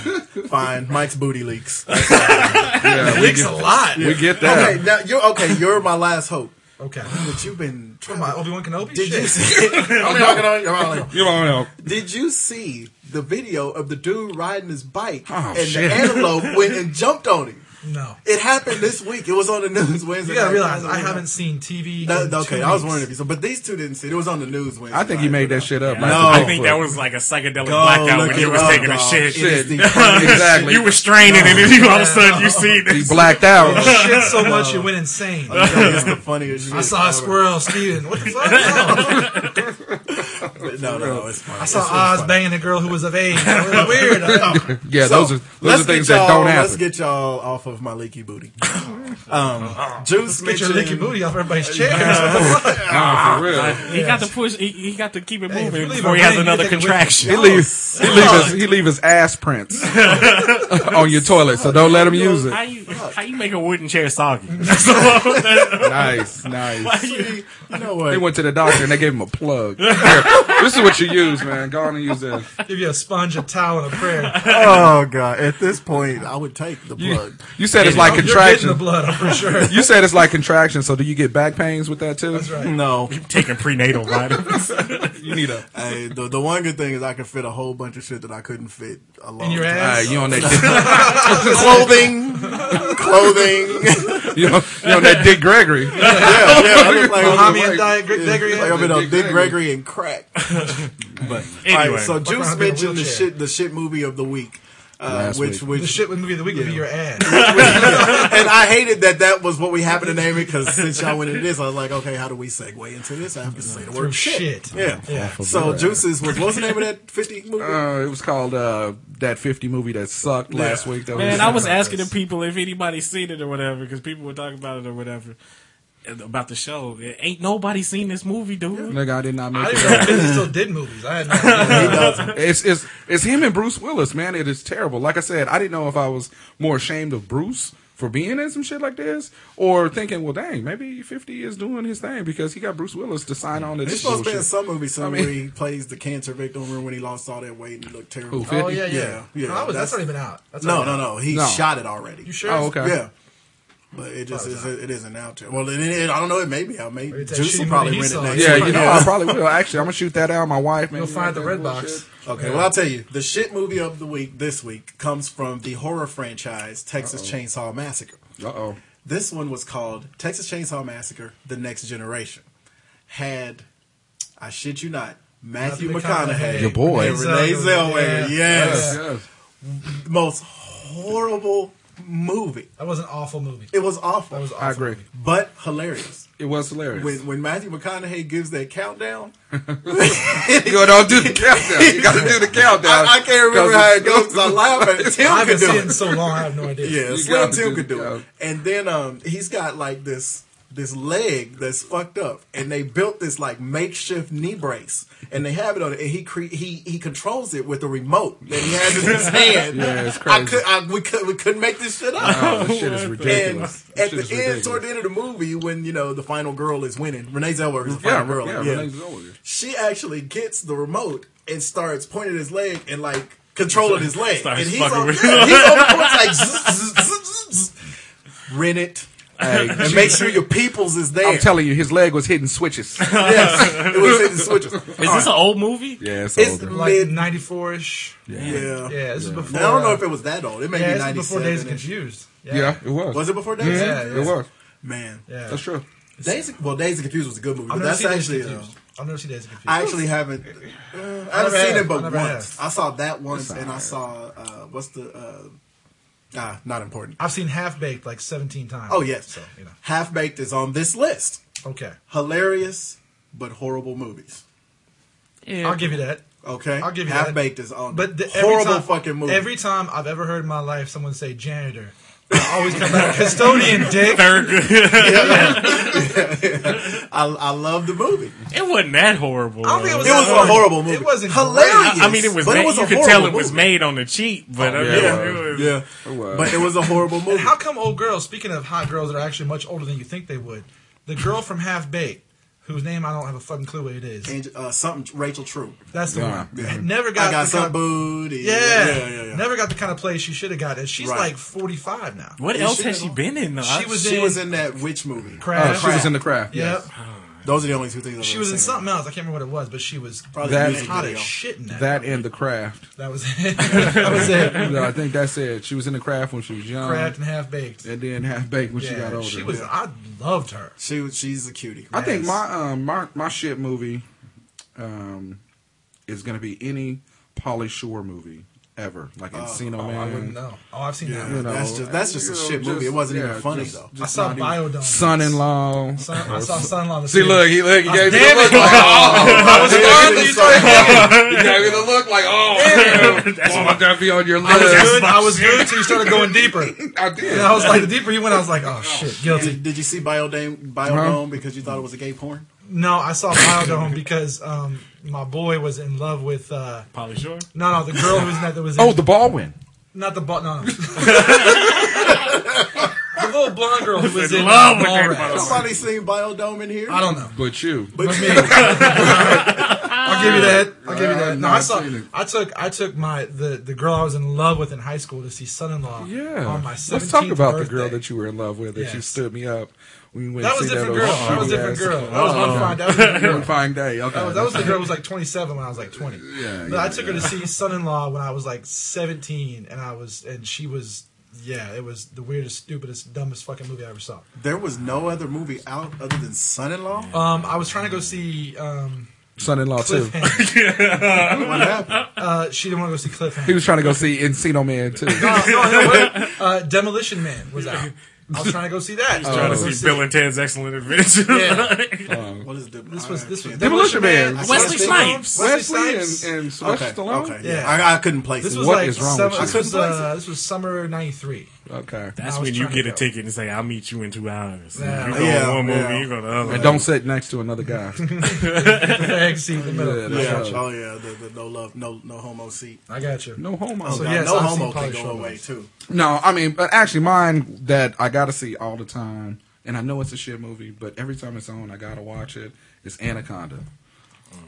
D: fine. Mike's booty leaks.
B: Yeah, we
A: Leaks a
B: get,
A: lot.
B: we get that.
D: Okay, now you're okay. You're my last hope.
A: Okay.
D: But you've been
A: What am I, Obi-Wan Kenobi?
D: Did you
A: Shit.
D: see? I'm knocking on- I'm knocking on-
B: You don't know.
D: Did you see the video of the dude riding his bike
B: Oh,
D: and
B: shit.
D: the antelope went and jumped on him?
A: No.
D: It happened this week. It was on the news Wednesday.
A: You gotta
D: night.
A: realize I haven't seen TV.
D: That-
A: in
D: okay,
A: two
D: I was
A: weeks.
D: wondering if you saw, but these two didn't see it. It was on the news Wednesday.
B: I think he
D: night.
B: made that shit up.
D: No.
E: I think that was like a psychedelic
D: Go
E: blackout
D: look
E: when he
D: it
E: was
D: up,
E: taking a
D: dog.
E: shit.
D: It is the-
B: exactly.
E: You were straining, and then you all of a sudden you see
B: he
E: this.
B: blacked out.
A: Oh, Shit so much it went insane.
D: It's the funniest shit.
A: I saw a
D: ever.
A: squirrel, Steven. What the fuck? No.
D: No, no, no, it's funny.
A: I saw Oz banging a girl who was of age. It was weird. Oh.
B: Yeah,
D: So,
B: those are those
D: let's
B: are things
D: get
B: that
D: y'all-
B: don't
D: Let's
B: happen.
D: get y'all off of my leaky booty. Um, Juice
A: Get your licky
D: mentioned
A: booty off everybody's chair.
B: Nah, for real.
E: He got to push. He, he got to keep it
A: if
E: moving
A: you leave
E: before
A: a
E: he has
A: ring, you
E: another
A: can take it with
E: contraction.
B: He leaves, he leaves his he leave his ass prints on your toilet, so don't let him use it.
E: How you how you make a wooden chair soggy?
B: Nice, nice.
D: You know
B: They
D: what?
B: went to the doctor and they gave him a plug. Here, this is what you use, man. Go on and use this.
A: Give you a sponge, a towel, and a prayer.
D: Oh god! At this point, I would take the
B: You,
D: plug.
B: you said it's like
A: You're getting the
B: contraction.
A: blood, I'm for sure.
B: You said it's like contraction. So do you get back pains with that too? That's right.
D: No,
E: Taking prenatal vitamins.
B: You need a.
D: Hey, the, the one good thing is I could fit a whole bunch of shit that I couldn't fit a long
A: In your
D: time.
B: All right,
A: ass.
B: you on that?
D: clothing, clothing.
B: Dick, you, on, you on that Dick Gregory?
D: yeah, yeah. I look like,
A: Mohammed
B: like-
A: diet, Greek
D: yeah, like
A: Gregory.
D: I've been on
B: Dick
D: Dick
B: Gregory.
D: Gregory and crack. All
E: Anyway,
D: right, so
A: around
D: Juice
A: being a
D: mentioned the
A: wheelchair.
D: shit, the shit movie of the week, uh,
B: Last
D: which
B: week.
D: which
A: The shit with movie of the week would be your ass.
D: and I hated that that was what we happened to name it because since y'all went into this, I was like, okay, how do we segue into this? I have to say the
A: Through
D: word shit.
A: shit.
D: Yeah.
A: Yeah.
D: So Juices was what was the name of that fifty movie?
B: Uh, it was called uh, that fifty movie that sucked last week. That
E: man, I was asking the people if anybody seen it or whatever because people were talking about it or whatever and about the show. It ain't nobody seen this movie, dude.
B: Nigga, I did not make
A: I
B: it.
A: didn't know Disney still did movies. I had no idea.
B: It's, it's it's him and Bruce Willis, man. It is terrible. Like I said, I didn't know if I was more ashamed of Bruce for being in some shit like this, or thinking, well, dang, maybe Fifty is doing his thing because he got Bruce Willis to sign on to
D: It's
B: this
D: supposed to be in
B: bullshit.
D: some movie somewhere
B: mean-
D: where he plays the cancer victim when he lost all that weight and he looked terrible.
B: Who,
A: Oh
B: 50?
A: yeah, yeah.
D: Yeah, yeah,
A: No, I was, that's,
D: that's-
A: not even out. That's
D: No,
A: already
D: no,
A: out.
D: no. He
B: No.
D: shot it already.
A: You sure?
B: Oh, okay.
D: Yeah. But it just is, it isn't out yet. Well, it, it, I don't know. It may be out. Maybe
A: Maybe it's that
D: Juice
A: shitty
D: will probably
A: movie
D: rent
A: he
D: it
A: saw.
D: next
B: Yeah,
D: week.
B: you know, I probably will. Actually, I'm gonna shoot that out. My wife, man.
A: You'll find the
B: that
A: red
B: bullshit.
A: box.
D: Okay, well, I'll tell you. The shit movie of the week this week comes from the horror franchise Texas Chainsaw Massacre.
B: Uh oh.
D: This one was called Texas Chainsaw Massacre: The Next Generation. Had, I shit you not, Matthew
A: Matthew
D: McConaughey,
A: McConaughey.
B: Your boy.
D: and Renee Zellweger.
A: Yeah.
D: Yes,
B: Yes.
D: most horrible movie.
A: That was an awful movie.
D: It was awful.
A: That was awful.
B: I agree.
D: but hilarious.
B: It was hilarious.
D: When when Matthew McConaughey gives that countdown,
B: Yo, don't do the countdown. You gotta do the countdown.
D: I, I can't remember
B: 'Cause
D: how it goes. 'cause I laugh at it.
A: I
D: Tim
A: haven't
D: could
A: seen
D: do
A: it in
D: it.
A: so long. I have no idea.
D: Yeah, Slim
B: gotta
D: Tim
B: do
D: could do
B: the
D: it. And then um, he's got like this this leg that's fucked up, and they built this like makeshift knee brace, and they have it on it, and he cre- he he controls it with a remote that he has in his hand.
B: Yeah, it's
D: I
B: crazy.
D: could I, we could we couldn't make this shit up.
B: Oh, this shit is
D: And
B: ridiculous. This shit
D: at the end,
B: is ridiculous.
D: toward the end of the movie, when you know the final girl is winning, Renee Zellweger is the
B: yeah,
D: final girl.
B: yeah,
D: yeah.
B: Renee Zellweger.
D: she actually gets the remote and starts pointing his leg and like controlling his leg.
E: Starts
D: and he's
E: fucking
D: on, yeah,
E: with-
D: he's on the porch like zzz, zzz, zzz, zzz, zzz. rent it. and make sure your peoples is there.
B: I'm telling you, his leg was hitting switches.
D: yes, it was hitting switches.
E: Is this an old movie?
B: yeah, it's,
D: It's
B: older.
A: Like
D: mid.
A: ninety four ish. Yeah,
D: Yeah.
A: this is before.
D: I don't know
A: uh,
D: if it was that old. It may
A: yeah,
D: be
A: this is before
D: 97.
A: Days of Confused.
B: Yeah, it was.
D: Was it before Days? of
A: Yeah,
D: Confused?
B: It was.
D: Man,
A: Yeah,
B: That's true.
D: Days. Of, well, Days of Confused was a good movie,
A: I've
D: but
A: never
D: that's
A: seen
D: actually.
A: Days of
D: Uh,
A: Confused. I've never seen Days of Confused.
D: I actually haven't. Uh, I haven't
A: never
D: seen
A: have.
D: it but
A: I never
D: once.
A: have.
D: I saw that once, and I saw uh, what's the uh, ah, not important.
A: I've seen Half Baked like seventeen times.
D: Oh yes,
A: So you know.
D: Half Baked is on this list.
A: Okay,
D: Hilarious but horrible movies.
E: Yeah.
A: I'll give you that.
D: Okay,
A: I'll give you
D: Half
A: that.
D: Baked is on.
A: But the, every
D: horrible
A: time,
D: fucking movie.
A: Every time I've ever heard in my life someone say janitor, I always come back custodian dick.
E: Third, it
D: I, I love the movie.
E: wasn't that horrible.
A: I don't think it
E: though.
A: was.
D: It
A: that
D: was a
A: hard.
D: horrible movie.
A: It wasn't great.
D: hilarious.
E: I mean, it was.
D: but
E: made,
D: it was
E: you
D: a
E: could tell it
D: horrible
E: was
D: movie.
E: made on the cheap, but I mean,
B: yeah.
E: it was,
D: Yeah,
B: It was.
D: but it was a horrible movie.
A: How come old girls? Speaking of hot girls that are actually much older than you think they would, the girl from Half Baked, whose name I don't have a fucking clue what it is.
D: And, uh, something Rachel True.
A: That's the
B: Yeah.
A: one. Never got,
D: I got
A: the
D: some
A: kind of-
D: booty.
A: yeah,
D: yeah, yeah. yeah.
A: never got the kind of play she should have got. And she's
D: Right.
A: like forty five now.
E: What
D: Is
E: else
D: she
E: has
D: in
E: she
D: all-
E: been in? Though?
A: She was
D: She
A: in-
D: was in that witch movie.
A: Crash.
B: Oh, she Uh, was in the craft.
A: Yep.
B: Yes.
D: Those are the only two things. I've
A: She
D: ever
A: was in
D: seen.
A: something else. I can't remember what it was, but she was
D: Probably
B: That-
D: a music
A: hot
D: video.
A: as shit in that.
B: That and the craft.
A: That was it. that was it.
B: No, I think that's it. She was in the craft when she was young,
A: Craft and half baked.
B: and then half baked when
A: yeah,
B: she got older.
A: was. I loved her.
D: She was. She's a cutie.
B: I think my um my my shit movie, um, is gonna be any Polly Shore movie ever, like Encino
A: Oh,
B: Man.
A: I wouldn't know. Oh, I've seen
D: Yeah.
A: that.
B: You know,
D: Uh, That's just- that's just a
B: you know,
D: shit movie. It wasn't even funny, though.
A: I saw
B: not even-
A: Biodome.
B: Son-in-law.
A: Son, I saw son-in-law. in the
B: See,
A: theater.
B: look, he look, he gave me
A: damn
B: the look
A: it.
B: like, oh, I was
D: it.
B: you trying to He gave me the look like, oh, damn, that's why that be on your list.
A: I was good. I was good until you started going deeper. And
B: I did.
A: I was like, the deeper you went, I was like, oh shit, guilty.
D: Did, did you see Biodome Biodome because you thought it was a gay porn?
A: No, I saw Biodome because um, my boy was in love with uh,
E: Polly Shore.
A: no, no, the girl who was in that that was in,
B: oh, the Baldwin.
A: not the butt, no, no. the little blonde girl who was in,
E: love with
A: Mallrats.
E: that
D: Somebody seen Biodome in here?
A: I don't know.
B: But you.
A: But me. I'll give you that. I'll give you
B: Uh,
A: that. No,
B: no,
A: I
B: I've
A: saw.
B: seen it.
A: I took. I took my the the girl I was in love with in high school to see son-in-law.
B: yeah.
A: On my
B: Let's talk
A: 17th
B: about the
A: birthday.
B: girl that you were in love with, that you
A: Yes.
B: stood me up. when you went
A: That
B: to
A: was
B: see
A: a different
B: old
A: girl. That was a different
B: shitty
A: girl.
B: ass- Uh-huh.
A: That was one fine. That was a different
B: One
A: girl.
B: fine day. Okay.
A: That was, that was the girl who was like 27 when I was like 20.
B: Yeah,
A: but
B: yeah,
A: I took her to see son-in-law when I was like 17, and I was and she was yeah, it was the weirdest, stupidest, dumbest fucking movie I ever saw.
D: There was no other movie out other than Son-in-Law.
A: Um, I was trying to go see um,
B: son-in-law too.
A: Cliffhanger.
D: What happened?
A: Uh, she didn't want to go see
B: He
A: Cliffhanger.
B: was trying to go see Encino Man too.
A: No, no, no, wait. Uh, Demolition Man was out. I was trying to go see that.
E: Trying to
B: Oh.
A: I was
E: see Bill and Ted's Excellent Adventure.
A: Yeah.
D: What is the,
A: This was this was
B: Demolition Man.
A: I saw
D: Wesley
A: this
E: Snipes.
A: one. Wesley
B: Wesley and,
A: Snipes.
B: and Sylvester
D: Okay.
B: Stallone.
D: Okay.
A: Yeah.
D: Yeah. I, I couldn't place
A: This
D: it.
A: was
B: What
A: like
B: is wrong
A: summer,
B: with
A: I
B: you?
A: couldn't, uh, this was summer '93.
B: Okay.
E: That's
A: I was
E: when you
A: trying to
E: get a
A: go.
E: ticket and say, "I'll meet you in two hours."
A: Yeah.
E: You go
D: Yeah,
E: to one movie,
D: yeah.
E: you go to the other.
B: And don't sit next to another guy.
A: Egg seat in the middle.
B: Yeah.
D: yeah.
B: Uh,
D: Oh yeah. The, the no love, no no homo seat.
A: I got you.
B: No homo.
A: So,
D: Now,
A: yes,
D: no
A: I've seen
D: homo can
A: Polly
D: go
A: Shore
D: away
A: movies.
D: too.
B: No, I mean, but actually, mine that I gotta see all the time, and I know it's a shit movie, but every time it's on, I gotta watch it. It's Anaconda.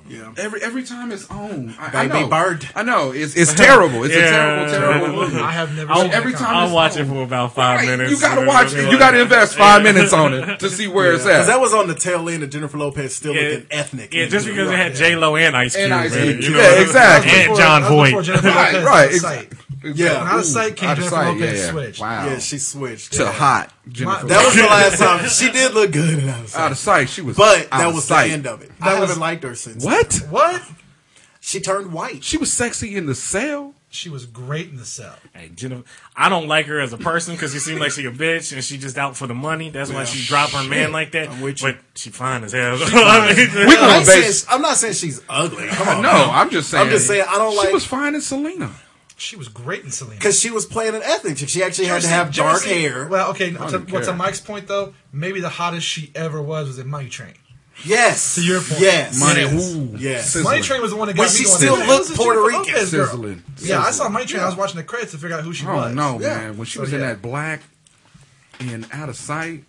D: Yeah.
B: Every every time it's on, I, I
D: Baby
B: know.
D: bird.
B: I know it's it's terrible. It's
E: Yeah.
B: a terrible, terrible movie.
A: I have never.
B: So
A: seen
B: every
A: that
B: time
E: I'll
B: it's
E: watch
B: on-
E: it for about five
B: Right,
E: minutes.
B: You gotta watch it. You gotta invest five minutes on it to see where it's at.
D: Because that was on the tail end of Jennifer Lopez still
E: Yeah.
D: looking ethnic.
E: Yeah, just because it had J Lo and Ice Cube,
B: And Ice
E: man,
B: Cube.
E: you
B: Yeah,
E: know,
B: exactly.
A: That
E: and
A: was
E: John
A: before- that
E: Boyd.
A: was before Jennifer
B: right,
A: Lopez
B: right.
A: was
B: ex-
A: Sight.
D: Yeah.
A: When I was
B: Ooh,
A: sight came
B: out of
A: Jennifer
B: sight,
A: Lopez
B: yeah, yeah.
A: switched.
B: Wow.
D: Yeah, she switched.
B: to
D: Yeah.
B: hot Jennifer.
A: My-
D: That was the last time she did look good, and I was
B: out
D: like,
B: of sight. She was,
D: but
B: out
D: that
B: of
D: was
B: sight.
D: the end of it.
A: That
D: I haven't
A: was-
D: liked her since.
B: What?
A: What?
D: She turned white.
B: She was sexy in the cell.
A: She was great in the cell.
E: Hey, Jennifer, I don't like her as a person because she seems like she a bitch and she just out for the money. That's why
D: Yeah.
E: she drop her man like that.
D: I'm with you.
E: But she fine as hell. I mean,
B: We
D: I'm
B: gonna
D: not, saying,
B: base.
D: I'm not saying she's ugly. Come on,
B: No, I'm just saying.
D: I'm just saying I don't
B: she
D: like-
B: was fine in Selena.
A: She was great in Selena.
D: because she was playing an ethnic chick. She actually had to
A: Jersey-
D: have dark
A: Jersey-
D: hair.
A: Well, okay. To,
B: don't
A: well, to
B: care.
A: Mike's point though, maybe the hottest she ever was was in Money Train.
D: yes, to
A: your point.
D: Yes,
B: Money.
A: Yes.
B: Ooh.
D: Yes.
B: sizzling.
A: Money Train was the one that got
D: When
A: me
D: she
A: going,
D: still
A: "Who the
D: looked
A: hell is this
D: Puerto
A: Jennifer
D: Rican."
A: Lopez girl?"
B: Sizzling.
A: Yeah, I
B: Sizzling.
A: saw Money Train. I was watching the credits to figure out who she
B: Oh
A: was.
B: no,
D: Yeah.
B: man! When she
A: So,
B: was in
A: yeah.
B: that black and out of sight,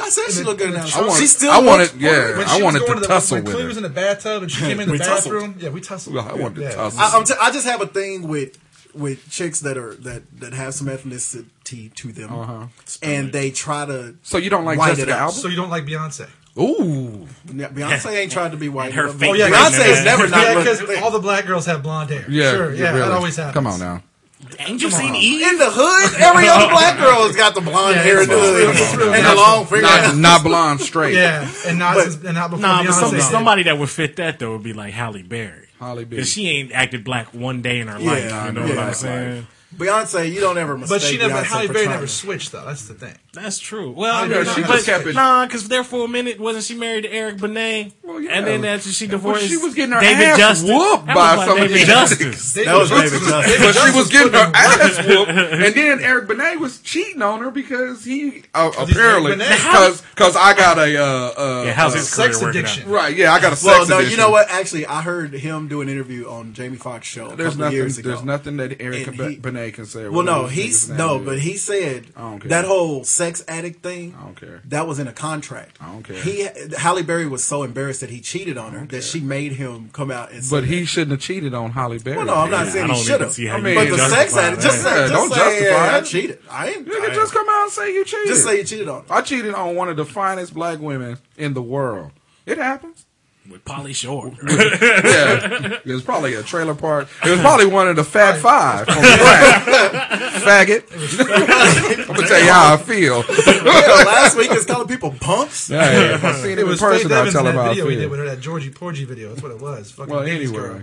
D: I said she looked good enough.
B: I wanted.
D: she still
B: I
D: looked-
B: wanted. Yeah,
A: When she
B: I
A: was
B: wanted
A: going
B: to
A: the-
B: tussle
A: when
B: with
A: Clea was
B: her.
A: in the bathtub and she came in the
D: We tussled.
A: bathroom. Yeah, we tussled.
B: Well, I wanted to
A: Yeah.
B: tussle.
D: I, I'm t- I just have a thing with with chicks that are that that have some ethnicity to them, and they try to.
B: Uh-huh. so you don't like
D: White
B: Jessica
D: it up.
B: Alba?
A: So you don't like Beyonce?
B: Ooh,
D: Yeah, Beyonce ain't tried to be white.
E: her
D: but
E: fake
D: Oh, Beyonce
E: yeah,
A: because-
E: Beyonce
D: has never not
A: yeah,
D: looked
A: because
D: thick.
A: all the black girls have blonde hair.
B: yeah,
A: sure, yeah,
B: really.
A: that always happens.
B: Come on now,
E: Ain't you seen Eve?
D: in the hood, every other black girl's got the blonde
A: Yeah,
D: hair in the
A: it's real,
D: hood
A: it's real.
D: and the
A: Not-
D: long
B: not,
D: fingernails.
B: not blonde, straight.
A: Yeah, and not
D: But-
A: since- and not before
E: Nah, but
A: Beyonce.
E: some,
A: did.
E: somebody that would fit that though would be like Halle Berry.
B: Halle Berry.
E: Because she ain't acted black one day in her life.
D: Yeah,
E: you know
D: yeah,
E: what I'm
D: right.
E: saying?
D: Beyonce, you don't ever mistake.
A: But she never.
D: Beyonce
A: Halle
D: for
A: Berry
D: trying
A: never
D: to-
A: switched though. That's the thing.
E: That's true. Well, no,
A: know, she
E: but,
A: just
B: kept it-
E: nah, because there for a minute wasn't she married to Eric Benet?
B: Well, yeah.
E: And then after she divorced,
B: she was getting her
E: David
B: ass
E: Justice.
B: whooped
E: That
B: by
E: was
B: some of
E: David
B: these
E: Justice.
A: They
D: That was
A: just-
D: David Justice.
A: David
B: But she
A: Justice
B: was getting her
A: fucking-
B: ass whooped, and then Eric Benet was cheating on her because he uh,
A: he's
B: apparently
A: Eric Benet.
B: because because I got a uh, uh,
E: Yeah, how's his
A: Sex
E: career working
A: addiction.
E: out?
B: right yeah I got a sex
D: Well, no, you
B: addiction.
D: know what? Actually, I heard him do an interview on Jamie Foxx show. A
B: There's
D: couple
B: nothing.
D: Years ago.
B: There's nothing that Eric
D: And
B: Be-
D: he-
B: Benet can say. or
D: Well, no,
B: whatever his
D: he's
B: name
D: no,
B: is.
D: but he said
B: I don't care.
D: that whole sex addict thing.
B: I don't care.
D: That was in a contract. I
B: don't care.
D: He Halle Berry was so embarrassed that he cheated on her that she made him come out and.
B: But
D: say,
B: he shouldn't have cheated on Holly Berry.
D: Well, no, I'm not
E: I
D: saying
E: don't
D: he
E: even
D: should have.
E: see how
B: I
E: you
B: mean,
D: But
E: can
D: the
B: justify
D: sex addict, just
B: that.
D: say,
B: Yeah,
D: just
B: don't
D: say,
B: justify
D: yeah, I
B: it.
D: cheated. I ain't.
B: You
D: I
B: can
D: ain't-
B: just come out and say you cheated.
D: just say you cheated on. her.
B: I cheated on one of the finest black women in the world. It happens.
E: with Polly Shore.
B: Yeah, it was probably a trailer park. It was probably one of the Fat Five on the black. Faggot. I'm gonna tell you how I feel.
D: Yeah, last week is calling people punks.
B: Yeah, yeah, if I seen it,
A: It
B: in
A: was Faith
B: person, I
A: Evans in
B: tell
A: that
B: them how I
A: video we did
B: feel.
A: with her, that Georgie Porgy video. That's what it was. Fucking
B: Well,
A: baby
B: anyway.
A: girl.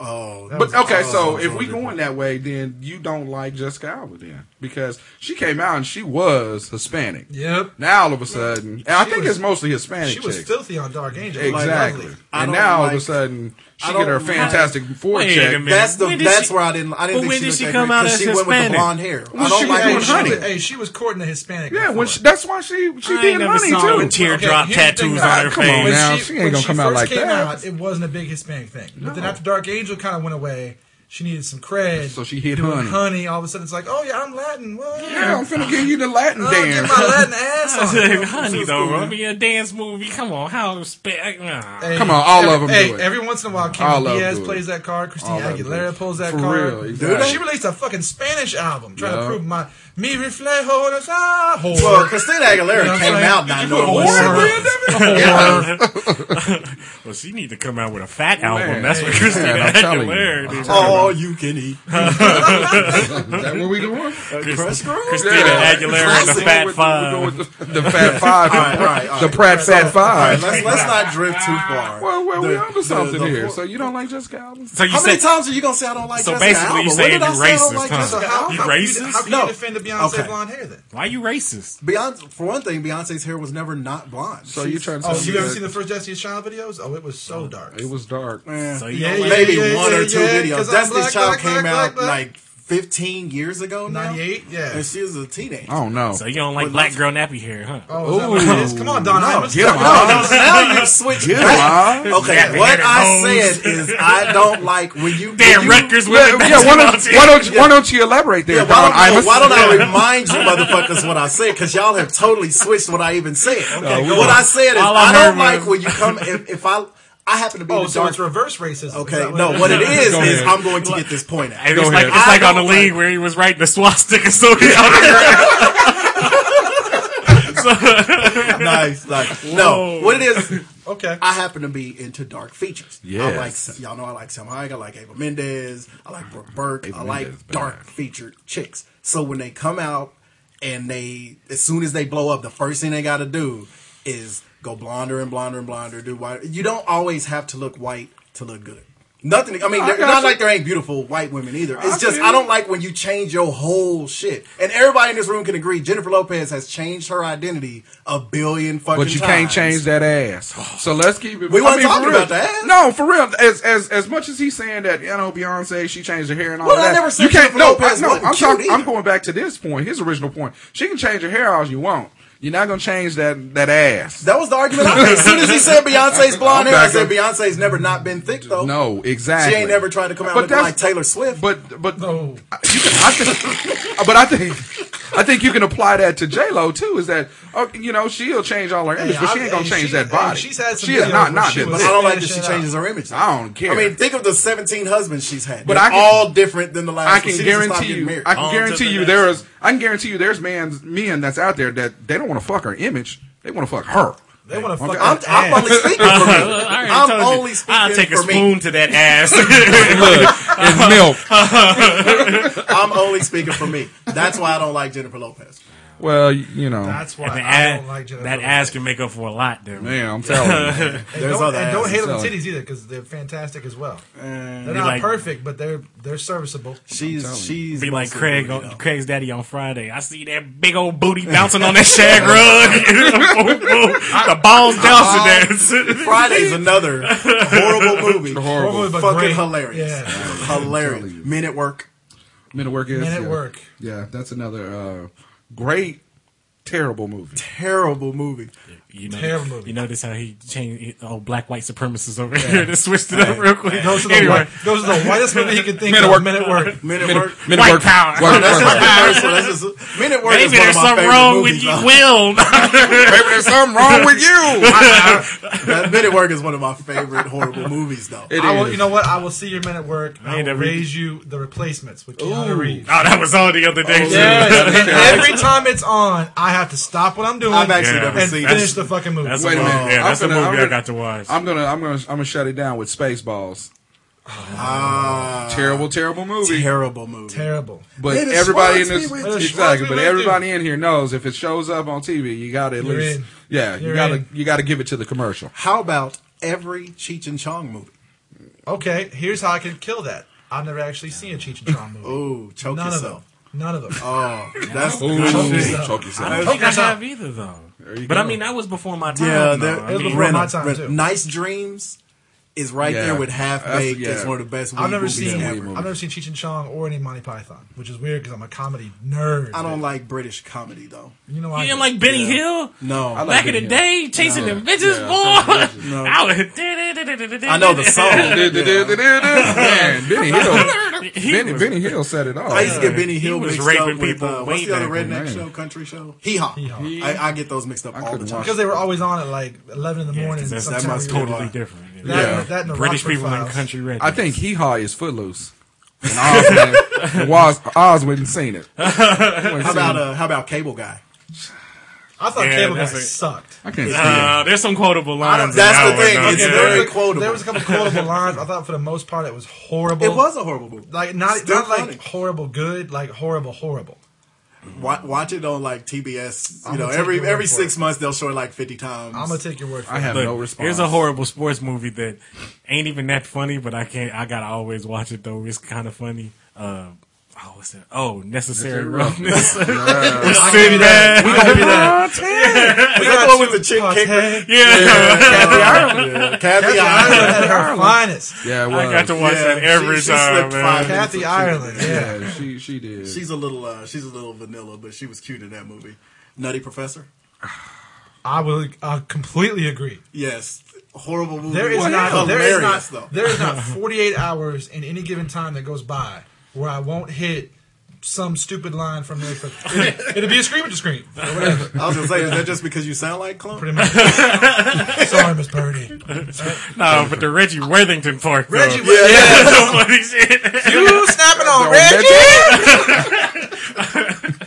D: Oh,
B: But okay, so
D: oh,
B: if we
D: Georgie
B: going that way, then you don't like Jessica Alba then because she came out and she was Hispanic.
A: Yep.
B: Now all of a sudden, and I
A: She
B: think
A: was-
B: it's mostly Hispanic.
A: She was
B: chicks.
A: filthy on Dark Angel. Like,
B: exactly.
A: lovely.
D: I
B: and
D: don't
B: now all of a
D: like-
B: sudden, she
D: I
B: get her
D: don't like-
B: fantastic four
E: Wait a
B: check.
E: minute.
D: That's the
E: When did
D: that's
E: she-
D: where I didn't I
E: but
D: didn't think
E: when
D: she
E: did
D: was
E: she
D: that
E: come
D: great,
E: out
D: 'cause
E: as
D: she went with the
E: Hispanic?
D: blonde hair.
B: Well,
D: I don't
B: she
D: like
B: was
A: Hey,
B: doing
D: when
A: she,
D: she
B: honey.
A: was, hey, she was courting a Hispanic.
B: Yeah,
A: before.
B: when she, that's why she she
E: I
B: did
E: ain't never
B: money
E: saw her
B: too.
E: with teardrop
A: here's the thing
E: tattoos
A: about
E: on
A: it.
E: her
B: Come on
E: face.
B: now. she ain't
A: when
B: gonna
A: she
B: come out
A: first
B: like
A: came
B: that.
A: Out, it wasn't a big Hispanic thing, but then
B: No.
A: after Dark Angel kind of went away, she needed some cred.
B: So she hit
A: Doing
B: honey.
A: All of a sudden, it's like, oh yeah, I'm Latin. What?
B: Yeah, I'm finna give you the Latin
A: I'll get
B: dance.
A: my Latin ass on.
E: Honey, though, bro. I mean, a dance movie. Come on, how spe- nah.
A: Hey,
B: Come on, all
A: every-
B: of 'em do
A: Hey,
B: it.
A: every once in a while,
B: All of
A: Cameron
B: 'em
A: Diaz
B: do it.
A: plays that card. Christina
B: All of 'em do
A: Aguilera
B: it.
A: pulls that
B: For
A: card.
B: real, exactly.
A: She released a fucking Spanish album trying
B: Yeah.
A: to prove my me reflejo de sa whore.
D: Well, Christina Aguilera
A: You know what I'm
D: came
A: saying?
D: out not knowing
A: put
D: what she
A: whore in
D: was.
E: well, she need to come out with a fat album.
B: Man,
E: That's what
B: hey,
E: Christina
B: man, I'm telling you.
E: Aguilera did.
D: All Oh, you can eat.
B: Is that where we going?
D: Crush girl?
E: Christina
B: Yeah.
E: Aguilera and the
B: We're
E: Fat
B: going
E: Five.
B: with the, the Fat Five.
D: All right, all right, all
B: the
D: right.
B: Prat Fat
D: All
B: Five.
D: right, let's, let's not drift too far.
B: well, well, we
D: The-
B: onto
D: the-
B: something
D: the-
B: here. So you don't like Jessica Alba?
E: So you
D: How many
E: said
D: times are you gonna say I don't like
E: So
D: Jessica
E: basically
D: Alba?
E: you're
D: When
E: saying
D: did I
E: you're
D: say I don't
E: racist,
D: like
E: huh?
D: Jessica Alba?
E: You
A: How can you- How can
D: No.
A: you defend the Beyonce
D: Okay.
A: blonde hair then?
E: why you racist?
D: Beyonce, for one thing, Beyonce's hair was never not blonde.
B: So you trying to
A: Oh,
B: tell
A: you
B: me
A: ever
B: that
A: seen the first Destiny's Child videos? Oh, it was so dark.
B: it was dark?
E: So you
A: Yeah,
E: don't like
A: yeah.
D: maybe one or two
A: yeah, 'cause
D: videos.
A: I'm
D: Destiny's
A: black,
D: Child
A: black,
D: came
A: black, black,
D: out
A: black.
D: like 15 years ago now,
A: 98? Yeah.
D: and she was a teenager.
B: I don't know.
E: So you don't like
D: Well,
E: black girl nappy hair, huh?
A: Oh, is that what it is? Come on, Don Imus.
B: Get him
D: No,
B: out.
D: no, now you switch.
B: Get him out.
D: Okay,
E: Yeah, and
D: what
E: it
D: I
E: goes.
D: said is I don't like when you.
E: Damn,
D: when you-
E: Rutgers with
B: Yeah,
E: the
B: yeah, why don't
E: basketball
B: why
E: team.
B: don't you, why don't you elaborate there,
D: Yeah,
B: Don
D: why, don't,
B: Imus?
D: why don't I remind you motherfuckers what I said? Because y'all have totally switched what I even said.
B: go on.
D: what I said is
E: Oh, All I
D: I, don't
E: heard
D: like
E: was-
D: when you come. If, if I, I happen to be
A: Oh,
D: the
A: so
D: dark.
A: it's reverse racism. Is
D: okay,
A: that
D: no, what it is
B: Go
D: is
B: ahead.
D: I'm going to get this point out.
E: It's like,
B: ahead.
E: it's like
D: I
E: on the
D: don't
E: league where he was writing the swastika so So-
D: nice, nice. No,
E: Whoa.
D: what it is,
A: Okay.
D: I happen to be into dark features. I like
B: Yes.
D: Sam- y'all know I like Sam Hayek, I like Ava Mendez, I like Brooke Burke, I
B: Mendes,
D: like
B: bad.
D: dark featured chicks. So when they come out and they, as soon as they blow up, the first thing they got to do is go blonder and blonder and blonder. Do white. You don't always have to look white to look good. Nothing. I mean,
B: I
D: they're-
B: got
D: not
B: you.
D: like there ain't beautiful white women either. It's
B: I
D: just
B: feel
D: I
B: you.
D: don't like when you change your whole shit. And everybody in this room can agree. Jennifer Lopez has changed her identity a billion fucking
B: But
D: times.
B: you can't change that ass. So let's keep it.
D: We
B: I
D: weren't
B: mean, for
D: talking
B: real.
D: about the ass.
B: No, for real. As as as much as he's saying that, you know, Beyonce, she changed her hair and all
D: Well, I
B: that.
D: never said
B: you can't.
D: Jennifer
B: No, I,
D: Lopez
B: no.
D: wasn't
B: I'm
D: cute
B: talking. I'm
D: either.
B: going back to this point. His original point. She can change her hair all you want. You're not gonna change that that ass.
D: That was the argument I made. As soon as he said Beyonce's blonde
B: I'm
D: hair, I
B: back
D: said
B: up.
D: Beyonce's never not been thick though.
B: no,
D: she
B: exactly.
D: ain't never tried to come out
B: But
D: looking
B: that's-
D: like Taylor Swift.
B: But but
A: No.
B: I- you can, I think, uh, but I think I think you can apply that to J Lo too. Is that oh, you know she'll change all her image,
A: Hey,
B: but she
A: I-
B: ain't gonna
A: hey,
B: change
A: she-
B: that
A: hey,
B: body.
A: she's had some
B: she has
A: videos
B: not
A: where
B: not
A: she
B: been.
A: was-
D: But
B: thick.
D: I don't like that
A: Finish
D: she
A: it
D: changes her image.
B: I don't care.
D: I mean, think of the 17 husbands she's had.
B: But
D: They're
B: I can-
D: all different than the last.
B: I
D: one.
B: can
D: She just stopped
B: guarantee
D: getting
B: you.
D: married.
B: I can
E: On to
B: guarantee
E: the
B: you.
E: next
B: There is. I can guarantee you. There's man's men that's out there that they don't want to fuck her image. They want to fuck her.
A: They want to
B: Okay,
A: fuck
D: I'm,
A: that
D: I'm
A: ass.
D: only speaking for me.
E: I already
D: I'm
E: told
D: only
E: you.
D: speaking
E: I'll take a
D: for me.
E: spoon to that ass.
B: Look, it's milk.
D: I'm only speaking for me. That's why I don't like Jennifer Lopez.
B: Well, you know,
A: That's why
E: And the
A: I don't
E: ass-
A: like Jennifer.
E: that ass can make up for a lot, there.
B: man, I'm telling you. man.
A: And
D: There's
A: don't,
D: other
A: and don't
D: asses
A: hate on the
B: selling.
A: titties either because they're fantastic as well. they're
E: Be
A: not
E: like-
A: perfect, but they're Uh, they're serviceable.
D: She's she's
E: Be like
D: mostly
E: Craig,
D: booty,
E: on,
D: though.
E: Craig's daddy on Friday. I see that big old booty bouncing on that shag rug. the balls bouncing there.
D: Friday's another horrible movie.
B: Horrible.
A: But
D: Fucking
A: great.
D: hilarious.
A: Yeah.
D: Hilarious. Men at work.
B: Men at work is
A: Men at
B: yeah.
A: Work.
B: Yeah, that's another uh, great, terrible movie.
D: Terrible movie.
E: You know,
A: Terrible movie.
E: You notice how he changed oh black white supremacists over here to switched it up real quick.
A: Those are the,
E: anyway,
A: white, those are the whitest movie you could think
B: Men at
A: of.
B: Work.
A: Men at Work.
D: Men at
B: Men,
D: work.
B: Men at
E: White
B: work-
E: power.
B: work-
D: That's
B: work-
D: just the first one. That's just, Men at work
E: maybe
D: is one
E: there's
D: of my
E: something
D: favorite
E: wrong
D: movies.
E: with you,
D: though.
E: Will.
B: Baby, there's something wrong with you.
D: That Men at work is one of my favorite horrible movies, though.
B: It
A: I will,
B: is.
A: you know what? I will see your men at work. I
E: ain't
A: will
E: never-
A: raise you the replacements with Keanu Reeves.
E: Oh, that was on the other day. too.
A: Yes. and every time it's on, I have to stop what I'm doing
D: I've actually
C: Yeah.
D: never
A: and
D: seen.
A: finish the fucking movie.
C: That's
B: Wait a
C: a,
B: minute.
C: Yeah, that's
B: I'm
C: a
B: gonna-
C: movie
B: I'm
C: I got to watch.
B: I'm gonna, I'm gonna, I'm gonna shut it down with Spaceballs. terrible, terrible movie.
D: Ah, terrible movie.
A: Terrible.
B: but
D: It is
B: everybody in
D: Schwartz
B: this
D: we went
A: to.
B: exactly.
A: Schwartz
B: But
A: we went
B: everybody in here knows if it shows up on TV, you got to at
A: You're
B: least,
A: in.
B: yeah, you
A: You're
B: got to,
A: in.
B: you got to give it to the commercial.
D: How about every Cheech and Chong movie?
A: Okay, here's how I can kill that. I've never actually seen a Cheech and Chong movie.
D: Ooh, choke
A: None of them.
D: Oh, yourself.
A: None of them.
D: Oh, that's
B: Ooh,
A: yourself.
B: choke yourself.
C: I don't think I
A: Focus up.
C: have either though.
B: you
C: But I
B: go.
C: mean, that was before my time.
D: yeah.
C: though.
D: that-
C: I
A: It was
C: mean,
A: before
D: Rent-
A: my time,
D: Rent-
A: too.
D: Nice Dreams is right
B: Yeah.
D: there with Half
B: That's-
D: Baked.
B: yeah.
D: It's one of the best.
A: I've never
D: movies
A: seen.
D: ever.
A: I've never seen Cheech and Chong or any Monty Python, which is weird because I'm a comedy nerd.
D: I don't like British comedy though.
A: You know,
C: you
A: I
C: didn't
A: do.
C: like Benny Hill
D: No, I,
B: like
C: back in the
B: Benny
C: day, chasing
B: Yeah.
C: them bitches,
B: Yeah,
C: boy.
D: No.
C: I was.
D: know the song.
B: Man, Benny Hill,
C: He
B: Benny,
C: was-
B: Benny Hill set it all.
D: I used to get Benny Hill
C: was
D: mixed
C: raping
D: up with
C: people
D: uh,
C: way
D: what's the other
C: back
B: in the
D: redneck
B: day.
D: show, country show? Hee Haw.
A: Hee Haw.
D: I, I get those mixed up all the
B: couldn't
D: time.
B: watch
A: because they were always on at like 11 in the
C: Yeah,
A: morning.
C: 'cause that's,
A: sometimes
C: that was
A: we would-
C: totally different.
A: That,
B: Yeah.
A: that and the
C: British
A: Rockford
C: people in
A: Files.
C: country red.
B: I think Hee Haw is Footloose. And Oz, man, and Oz, Oz wouldn't seen it. He wouldn't
D: How
B: seen
D: about
B: it.
D: uh, how about Cable Guy?
A: I thought
C: Yeah,
A: Cable Guy
C: that's a-
A: sucked.
B: I can't see it.
C: Uh, there's some quotable lines. in
D: that's
C: that
D: the
C: one,
D: thing.
C: though.
D: It's
C: Yeah.
A: there was
D: very
A: a-
D: quotable.
A: There was a couple quotable lines. I thought for the most part it was horrible.
D: It was a horrible movie.
A: like not
D: Still
A: not
D: funny.
A: like horrible good, like horrible horrible.
D: Wa- watch it on like TBS. You
A: I'ma
D: know,
A: take
D: every
A: your word
D: every
A: for
D: six
A: it.
D: months they'll show it like fifty times.
A: I'm gonna take your word for
B: I
A: it.
B: have
C: Look,
B: no response.
C: Here's a horrible sports movie that ain't even that funny, but I can't. I gotta always watch it though. It's kind of funny. Uh, oh, what's that? Oh, necessary roughness.
B: Yeah.
A: I give you that. We gonna be that.
D: Is that the one with the chick
A: Conte,
D: kicker?
C: yeah,
D: Yeah.
A: Ireland
D: Kathy Ireland.
A: at her finest.
B: yeah, it
C: I got
B: was.
C: to watch
D: Yeah,
C: that every
D: she- she
C: time,
D: slipped
C: man.
D: five.
A: Kathy Ireland. Yeah.
B: Yeah, she she did.
D: She's a little uh, she's a little vanilla, but she was cute in that movie. Nutty Professor.
A: I will. I completely agree.
D: Yes, horrible movie.
A: There is not. There is
D: Hilarious,
A: not.
D: though.
A: There is not 48 hours in any given time that goes by where I won't hit some stupid line from there. It, it'd be a scream at the screen. or whatever.
D: I was gonna say, is that just because you sound like Clump?
A: Pretty much. Sorry, Miss Birdie.
C: No, but the Reggie Worthington part. though.
A: Reggie,
D: Yeah, yeah.
C: That's some funny shit.
A: you snapping
B: Oh,
A: on
B: Reggie?
A: Reggie?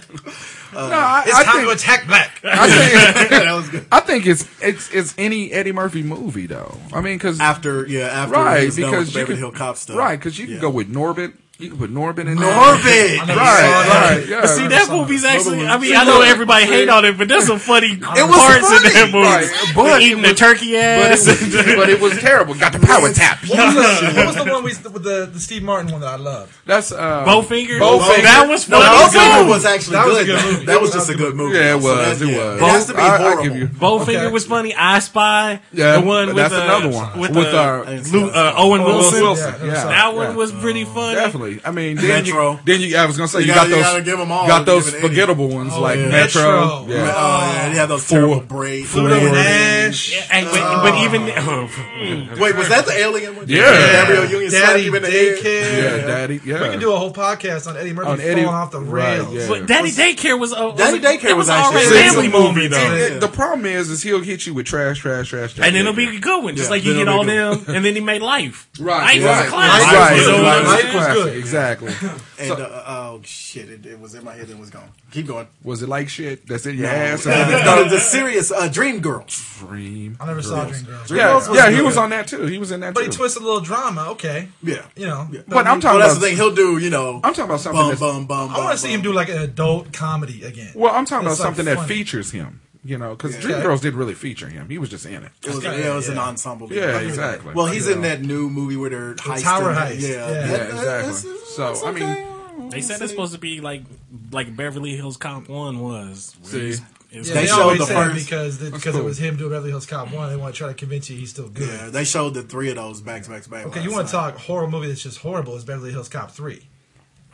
B: no, I,
A: It's
B: I
A: time
B: think,
A: to attack black.
B: I think
D: that was good.
B: I think it's it's it's any Eddie Murphy movie though. I mean, because
D: After yeah, after he
B: right
D: was done with
B: because
D: the
B: you
D: Beverly
B: could
D: Hill Cop stuff.
B: right because you can
D: Yeah.
B: go with Norbit. You can put Norbit in there.
D: Norbit.
A: never saw
B: Right,
A: that.
B: right. Yeah.
C: See, that movie's actually. I mean, I know everybody hate on it, but there's some funny parts
D: was
C: in that
D: funny.
C: movie.
B: Right, but
C: eating
B: it
C: the
B: was-
C: turkey
B: but it,
C: ass.
B: was, but it was terrible. Got the power tap.
A: What was, the, what was the one we with the, the Steve Martin one that I loved?
B: That's uh,
C: Bowfinger.
B: Bowfinger.
C: That was
D: No,
C: funny.
D: that
C: too.
D: was, actually
A: That
D: good.
A: was a good
D: though.
A: movie.
D: That was just a good movie.
B: Yeah, it
D: So
B: was.
D: that's-
B: it
D: yeah.
B: was.
D: It has to be
B: I,
D: horrible.
B: I give you.
C: Bowfinger
A: Okay.
C: was funny. I Spy.
B: Yeah,
C: the one
B: but
C: with
B: that's
C: uh,
B: another one
C: with,
B: with
C: uh,
B: our
D: I didn't see
C: Lou,
D: that.
C: uh, Owen
A: Owen
C: Wilson.
A: Wilson. Yeah,
C: That one
B: yeah.
C: was pretty funny.
B: Definitely. I mean, then you,
D: Metro.
B: then you. I was gonna say you,
D: You
B: got
D: gotta- you
B: those.
D: gotta give 'em all.
B: Got those
D: Give it any.
B: forgettable ones like
A: yeah.
B: Metro.
A: Metro.
D: Oh,
B: Yeah.
D: yeah, they had those terrible braids.
A: Pluto and
B: Ford.
A: Ash.
C: Yeah, and- but, but even oh,
D: Wait, was that the alien one?
B: Yeah.
D: Gabriel Union slapped
A: Daddy
D: him in the
A: daycare.
D: head.
B: Yeah, Daddy. Yeah.
A: We can do a whole podcast on Eddie Murphy
B: On
A: falling
B: Eddie-
A: off the
B: right,
A: rails.
B: yeah.
C: but Daddy Daycare was. Uh, was
D: Daddy
C: a-
D: Daycare
C: it
D: was
C: was
D: actually-
C: already
D: See,
C: a family
A: it's a moment,
C: movie
A: yeah.
C: though,
B: It- the problem is, is he'll hit you with trash, trash, trash, trash.
C: and then it'll be a good one, just
D: Yeah,
C: like you
D: then
C: get
D: it'll
C: all
D: be
C: them, and then he made Life.
B: right, right,
C: Life was a classic.
B: right,
A: Life was
B: right,
A: a
B: right,
A: classic. Life
B: right,
A: was good.
B: Exactly.
D: And uh, oh shit, it, it was in my head and it was gone. Keep going.
B: Was it like shit? That's in your ass.
D: No, the serious uh, Dream Girl.
B: Dream.
A: I never saw Dream Girls.
B: Yeah,
D: Girls was
B: yeah, he
D: good.
B: was on that too. He was in that
A: But he
B: too.
A: twists a little drama, okay.
D: Yeah.
A: You know.
D: Yeah.
B: But I'm
D: Well,
B: talking
D: that's
B: about.
D: the thing. He'll do, you know.
B: I'm talking about something
D: bum,
B: that's-
D: bum, bum,
A: I want to see him do like an adult comedy again.
B: Well, I'm talking about
A: That's, like,
B: something that
A: funny.
B: features him. You know, because
D: Yeah.
B: Dream
A: Okay.
B: Girls didn't really feature him. He was just in it.
D: It was, yeah,
A: Yeah,
D: it was an
A: yeah.
D: ensemble.
B: Yeah, exactly.
D: Well, he's
B: You
D: in
B: know.
D: that new movie where they're heisting.
A: Tower Heist.
D: Yeah,
A: Yeah. Yeah,
D: that- that- that's-
B: exactly. So,
D: that's
B: I mean- oh,
D: okay.
C: They said it's supposed to be like like Beverly Hills Cop One was. where
B: See.
C: he's- it's-
A: Yeah,
D: They
A: they,
D: showed
A: always
D: the
A: say
D: first-
A: because the, because
B: cool.
A: it was him doing Beverly Hills Cop one. They want to try to convince you he's still good.
D: Yeah, they showed the three of those back to back to back.
A: Okay, you want to talk horror movie that's just horrible? Is Beverly Hills Cop three?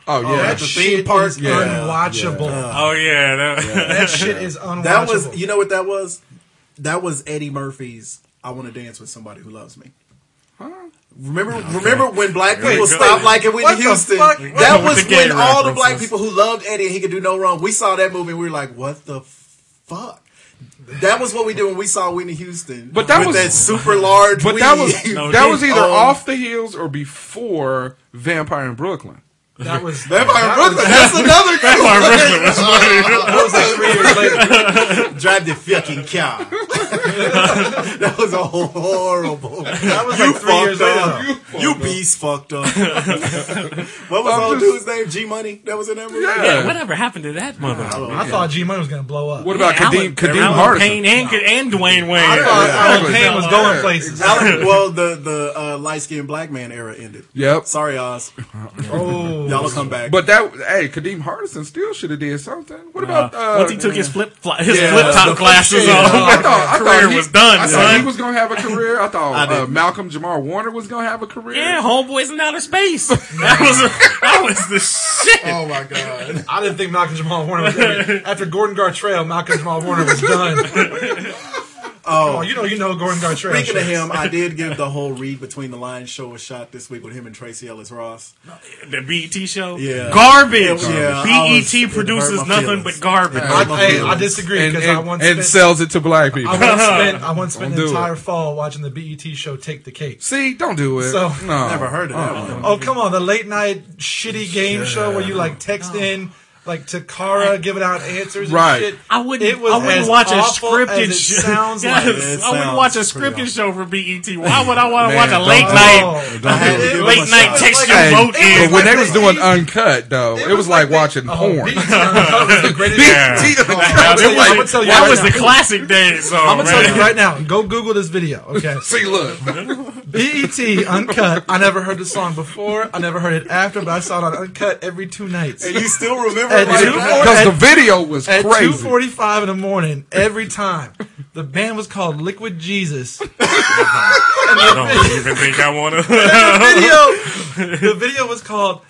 B: Oh yeah,
A: that
D: the
A: shit
D: theme park?
A: is
D: Yeah.
A: unwatchable.
C: oh yeah, that,
A: That shit is unwatchable.
D: That was, you know what that was? That was Eddie Murphy's "I Want to Dance with Somebody Who Loves Me." Remember, remember when black
C: we
D: people
C: go.
D: stopped liking Whitney
A: What the
D: Houston?
A: fuck?
D: That
C: With
D: was
C: the gay
D: when all the
C: references.
D: black people who loved Eddie and he could do no wrong. We saw that movie. and We were like, "What the fuck?" That was what we did when we saw Whitney Houston.
B: But that
D: with
B: was-
D: that super large.
B: But that was
D: weed.
C: No,
B: that
C: they-
B: was either
D: um,
B: off the heels or before Vampire in Brooklyn.
A: That was
D: Vampire
A: that
D: Brooklyn. That's another
E: Vampire Wrestler
D: good
E: was funny.
A: was like three years later.
D: one. Drive the fucking car. that was a horrible.
A: That was like three years later.
D: You, you beast fucked up. what was
B: I'm
D: old
B: just-
D: dude's name? G Money. That was in that movie.
B: Yeah.
E: Yeah, whatever happened to that mother?
A: though. I thought G Money was gonna blow up.
B: What about Kadeem,
E: Alan-
B: Kadeem
E: Alan Payne
B: Hardison?
E: and, and Dwayne Wayne.
A: I thought Alan
B: Exactly.
A: Payne was going places.
D: Alec, well, the the uh, light skinned black man era ended.
B: Yep.
D: Sorry, Oz.
A: Oh,
D: Y'all will come back.
B: But that, hey, Kadeem Hardison still should have did something. What about uh,
E: Once he took his flip fly, his
B: Yeah,
E: flip
D: the-
E: top glasses
D: yeah.
E: off,
B: I thought, I
E: career
B: thought he,
E: was done,
B: I thought
E: son.
B: he was gonna have a career. I thought
D: I
B: uh,
D: didn't.
B: Malcolm Jamar Warner was gonna have a career.
E: yeah, homeboys in outer space. that was that was the shit.
D: oh my god.
A: I didn't think Malcolm Jamal Warner was ever, after Gordon Gartrell. Malcolm Jamal Warner was done. Oh, you know, you know Gordon Gartrell.
D: Speaking of
A: shit.
D: him, I did give the whole read between the lines show a shot this week with him and Tracy Ellis Ross.
B: Oh.
E: The BET show,
D: Yeah.
E: garbage.
D: Yeah, I was- it
E: BET
D: hurt
E: produces
D: my
E: nothing
D: feelings.
E: but garbage.
D: Yeah.
A: I,
D: my
A: hey, I
D: feelings.
A: disagree
B: and,
A: because
B: and-
A: I once
B: and
A: spent,
B: sells it to black people.
A: I once spent I once spent
B: Don't
A: an
B: do
A: entire
B: it.
A: fall watching the BET show Take the Cake.
B: See, don't do it.
A: So-
B: no,
D: Never heard of that one.
A: Oh come on, the late night shitty game show where you like text in like to Kara giving out answers.
B: Right.
A: And shit.
E: I wouldn't.
A: It was
E: I wouldn't
A: as
E: watch a
A: awful as
E: scripted
A: it
E: show.
A: sounds
E: Yes,
A: like.
E: I
D: It
E: wouldn't
D: sounds
E: watch a
D: pretty
E: scripted show for
D: awful.
E: BET. Why would I want to
B: Man,
E: watch a
B: don't
E: late
B: do it.
E: night?
A: Oh, I had
D: Don't
A: to give
D: do it.
A: him a
E: Late night
A: shot.
E: text
A: It
E: your
A: was
B: Hey,
E: vote in.
A: it
B: but when they was
A: It was
B: doing
A: like
B: uncut though, it, was like watching
A: Oh,
B: porn.
A: BET was the greatest-
E: Yeah.
B: Gee, the-
E: Now, that
A: tell you-
E: was-
A: I'm gonna tell you
E: that
A: right
E: was
A: now.
E: the classic days. So,
A: I'm gonna tell
E: man.
A: you right now. Go Google this video. Okay.
B: See, look,
A: BET Uncut. I never heard the song before. I never heard it after, but I saw it on Uncut every two nights.
D: And you still remember
A: At
D: it like
A: two
D: that?
A: forty-
B: because the
A: at-
B: video was
A: At two
B: crazy.
A: forty-five in the morning, every time. The band was called Liquid Jesus.
E: I don't even think I want to.
A: the video, the video was called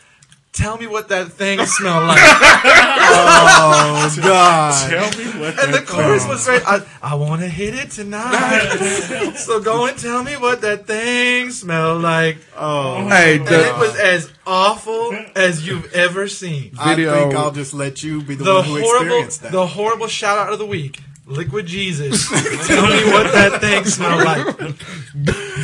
A: "Tell Me What That Thing Smelled Like,"
D: Oh god.
E: Tell me what
A: and the
E: that
A: chorus was right.
D: Oh.
A: I, I want to hit it tonight, so go and tell me what that thing smelled like.
D: Oh.
B: Hey,
A: And it
B: the
A: was as awful as you've ever seen.
D: I
B: video.
D: think I'll just let you be the,
A: The
D: one who
A: horrible,
D: experienced that.
A: the horrible shout out of the week. Liquid Jesus, tell me what that thing smelled like.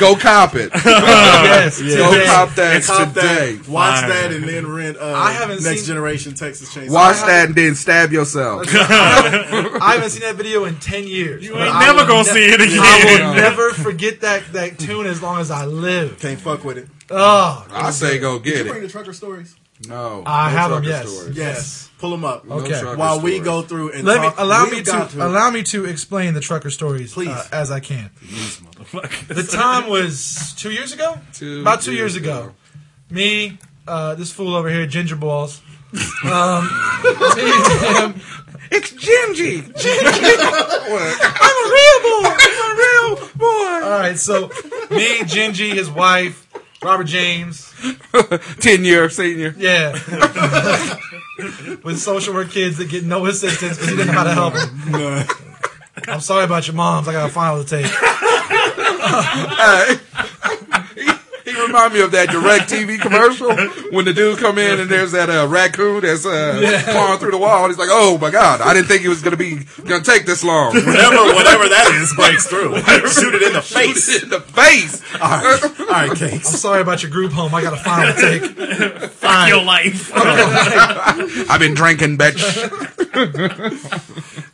B: go cop it.
A: Yes,
B: Go
A: today.
B: cop that
D: Cop
B: today.
D: that, watch
E: Fire.
D: that, and then rent uh,
A: I haven't
D: Next
A: seen-
D: Generation Texas Chainsaw.
B: Watch that and then stab yourself.
A: I haven't seen that video in ten years.
E: You ain't never gonna see it again.
A: I will never forget that that tune as long as I live.
D: Can't fuck with it.
A: Oh,
B: I say go get it.
D: the trucker stories?
B: No,
A: I
B: no
A: have 'em,
B: trucker
A: yes.
B: stories.
D: Yes. Pull them up.
B: No
A: Okay.
B: trucker
D: While we
B: stories.
D: go through and
A: let me
D: talk,
A: allow
D: we've
A: me to,
D: got
A: allow me to explain the trucker stories, uh,
D: Please.
A: as I can. The time was two years ago,
B: Two
A: about two years
B: years
A: ago.
B: ago.
A: Me, uh, this fool over here, Ginger Balls. Um, me and him
B: It's Jimji.
A: All right, so me, Gingy, his wife, Robert James,
B: Ten year senior.
A: yeah, with social work kids that get no assistance because he didn't know how to help them. I'm sorry about your moms. I got a final to take.
B: He remind me of that direct TV commercial when the dude come in and there's that uh, raccoon that's uh, clawing through the wall. And he's like, "Oh my god, I didn't think it was gonna be gonna take this long."
D: whatever, whatever that is breaks through. Shoot it in the face.
B: in the face.
D: All right, Case.
A: I'm sorry about your group home. I got a final to take.
E: your life.
B: I've been drinking, bitch.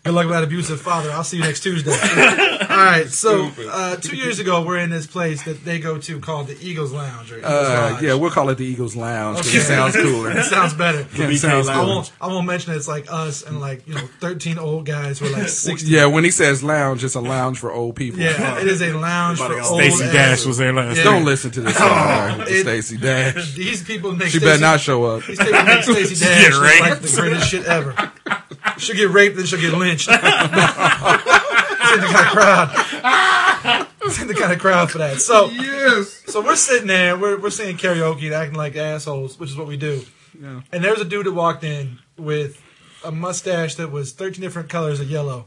A: Good luck with that abusive father. I'll see you next Tuesday. All right, so uh, two years ago, we're in this place that they go to called the Eagles Lounge. Or Eagles
B: Uh,
A: Lodge.
B: yeah, we'll call it the Eagles Lounge. 'cause
A: Okay.
B: It sounds cooler.
A: That sounds better.
B: It sounds
A: I
B: cooler.
A: won't. I won't mention it's like us and like you know, thirteen old guys who are like sixty.
B: Yeah, when he says lounge, it's a lounge for old people.
A: Yeah, it is a lounge for
D: Everybody else.
A: old
E: Stacey
A: ass-
E: Dash was there last.
A: Yeah.
E: night.
B: Don't listen to this song,
A: Oh, It-
B: Stacy Dash.
A: These people make
B: She
A: Stacey,
B: better not show up.
A: These people make Stacey Dash
E: Get
A: look
E: raped.
A: like the greatest shit ever. She'll get raped and she'll get lynched. it's in the kind of crowd. It's in the kind of crowd for that. So,
B: Yes.
A: so we're sitting there, we're we're singing karaoke and acting like assholes, which is what we do.
B: Yeah.
A: And there's a dude that walked in with a mustache that was 13 different colors of yellow.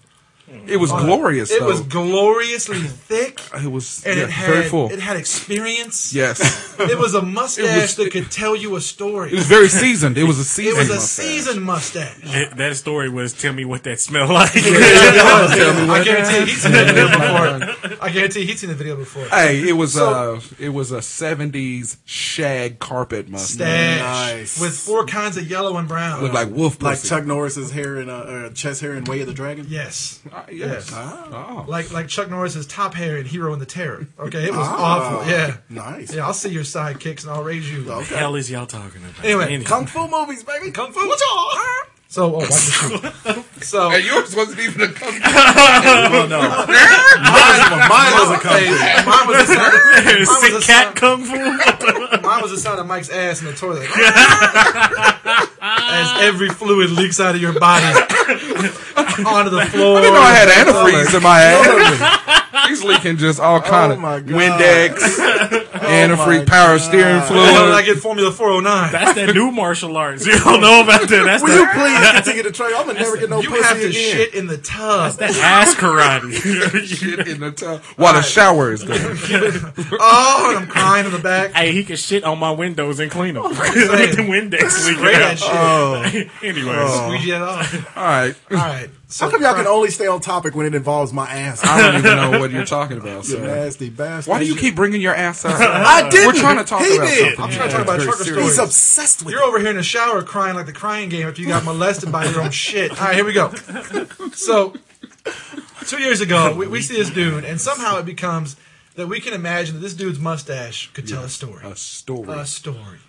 B: It was glorious.
A: Oh, It
B: though.
A: was gloriously thick,
B: It was
A: and
B: yeah,
A: it
B: very
A: had
B: full.
A: it had experience.
B: yes,
A: It was a mustache
B: It was-
A: that could tell you a story.
B: it was very seasoned. It was a
A: It
B: seasoned.
A: was a
B: mustache.
A: seasoned mustache.
E: That, that story was tell me what that smelled like.
A: I guarantee he's seen that video before. I guarantee he's seen the video before.
B: Hey, it was uh it was a seventies shag carpet mustache.
A: Stash
D: Nice.
A: with four kinds of yellow and brown.
B: Looked like wolf
D: Like
B: pussy.
D: Chuck Norris's hair and uh, uh, chest hair in Way of the Dragon.
A: yes,
B: Ah, yes.
A: Yes. Oh.
B: Ah.
A: like like Chuck Norris's top hair in Hero and the Terror. Okay, it was
D: Oh.
A: awful. Yeah,
D: Nice.
A: yeah. I'll see your sidekicks and I'll raise you.
D: Okay.
E: hell is y'all talking about?
A: Anyway,
D: Kung Fu movies, baby. Kung Fu. What y'all?
A: So, oh, watch the shoe. So,
B: And yours wasn't even a company.
D: well, Oh, no. mine, mine was a Kung Fu.
A: hey, mine was the sound,
E: Sick
A: a
E: cat
A: sound-
E: kung fu.
A: mine was the sound of Mike's ass in the toilet. As every fluid leaks out of your body onto the floor.
B: I didn't know I had antifreeze in my ass. He's leaking just all kind of
D: my God.
B: Windex, antifreeze,
D: my
B: power steering
A: How did I
B: fluid.
A: get Formula 409?
E: That's that new martial arts. You don't know about that. That's
D: Will you
E: that,
D: please continue to train? I'm gonna never get no
A: You
D: pussy
A: have to
D: again.
A: shit in the tub.
E: that ass karate.
B: Shit in the tub while the shower is going.
A: Oh, and I'm crying in the back.
E: hey, he can shit on my windows and clean them.
D: Oh,
A: saying.
E: With the Windex
A: Spray that
E: leaking
A: shit.
E: out. Anyways,
D: Oh.
A: Squeegee it off.
B: All right,
A: All right. So
D: How come y'all can only stay on topic when it involves my ass?
B: I don't even know what you're talking about.
D: You
B: Sir.
D: nasty bastard.
B: Why do you keep bringing your ass up?
D: I did.
B: We're trying to talk
D: He
B: about
D: did.
B: something.
A: I'm trying to talk about
B: Very
A: trucker
B: serious.
A: stories.
D: He's obsessed with.
A: You're over here in the shower crying like the crying game after you got molested by your own shit. All right, here we go. So, two years ago, we, we see this dude, and somehow it becomes that we can imagine that this dude's mustache could tell a story.
B: A story.
A: A story.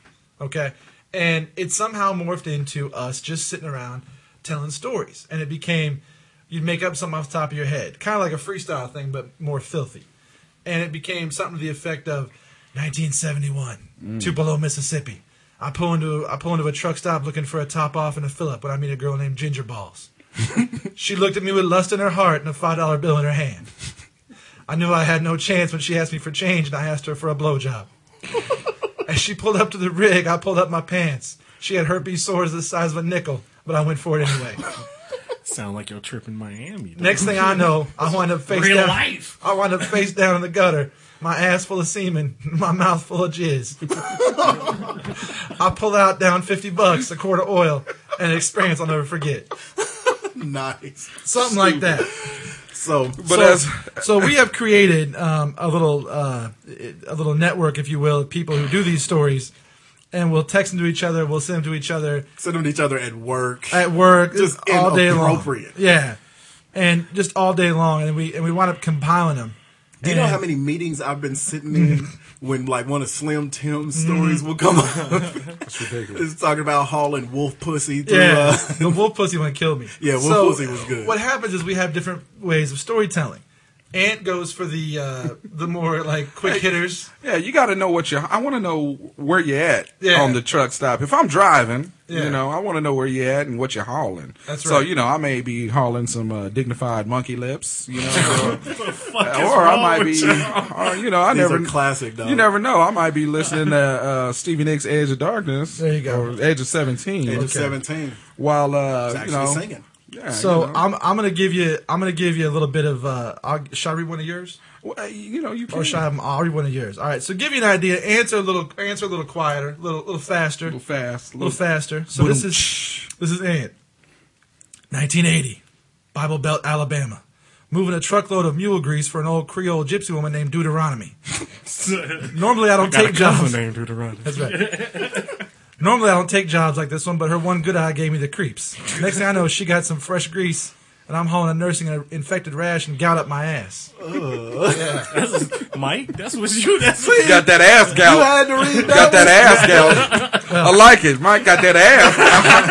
A: Okay? And it somehow morphed into us just sitting around telling stories. And it became, you'd make up something off the top of your head, kind of like a freestyle thing, but more filthy. And it became something to the effect of 1971, Tupelo, Mississippi. I pull into I pull into a truck stop looking for a top off and a fill up when I meet a girl named Ginger Balls. she looked at me with lust in her heart and a five dollar bill in her hand. I knew I had no chance when she asked me for change and I asked her for a blowjob. As she pulled up to the rig, I pulled up my pants. She had herpes sores the size of a nickel, but I went for it anyway.
E: sound like your trip in Miami. though.
A: Next thing I know, I wind up face
E: Real
A: down.
E: life.
A: I wind up face down in the gutter, my ass full of semen, my mouth full of jizz. I pull out down fifty bucks, a quart of oil, and an experience I'll never forget.
D: Nice.
A: Something like that.
D: So
B: But
A: so,
B: as
A: so we have created um, a little uh, a little network, if you will, of people who do these stories, and we'll text them to each other. We'll send them to each other.
D: send them to each other at work.
A: at work
D: Just
A: all day long.
D: inappropriate.
A: Yeah, and just all day long, and we and we wound up compiling them.
D: Do you know how many meetings I've been sitting in when like one of Slim Tim's stories will come up?
B: it's Mm-hmm. ridiculous.
D: it's talking about hauling wolf pussy through.
A: Yeah,
D: Uh,
A: the wolf pussy one killed me.
D: Yeah, wolf pussy was good.
A: What happens is we have different ways of storytelling. Ant goes for the uh, the more like quick hitters.
B: Yeah, you got to know what you. I want to know where you're at
A: Yeah.
B: on the truck stop. If I'm driving,
A: Yeah.
B: you know, I want to know where you're at and what you're hauling.
A: That's
B: So
A: right.
B: you know, I may be hauling some uh, dignified monkey lips, you know,
E: Fuck
B: or,
E: is
B: or I
E: wrong
B: might
E: with
B: be,
E: you?
B: or you know, I
D: These
B: never
D: are classic, though.
B: You never know. I might be listening to uh, Stevie Nicks' "Edge of Darkness."
A: There you go.
B: Or Edge of Seventeen.
D: Age
B: okay.
D: of seventeen,
B: While uh,
D: it's
B: you
D: actually
B: know,
D: singing.
B: Yeah.
A: So
B: you know,
A: I'm I'm gonna give you I'm gonna give you a little bit of uh, I'll, shall I read one of yours
B: Well, you know, you can.
A: or shall I, I'll read one of yours? All right, so give you an idea. Answer a little answer a little quieter, a little little faster.
B: little fast,
A: a little faster. So this is this is Ant. 1980, Bible Belt, Alabama. Moving a truckload of mule grease for an old Creole gypsy woman named Deuteronomy. Normally I don't
E: Got a
A: take
E: cousin
A: jobs.
E: named Deuteronomy.
A: That's right. Normally I don't take jobs like this one, but her one good eye gave me the creeps. Next thing I know, she got some fresh grease, and I'm hauling a nursing an infected rash and gout up my ass.
E: Mike, that's what you. That's
B: You got that ass gout.
D: You had to read that.
B: got that ass gout. I like it. Mike got that ass.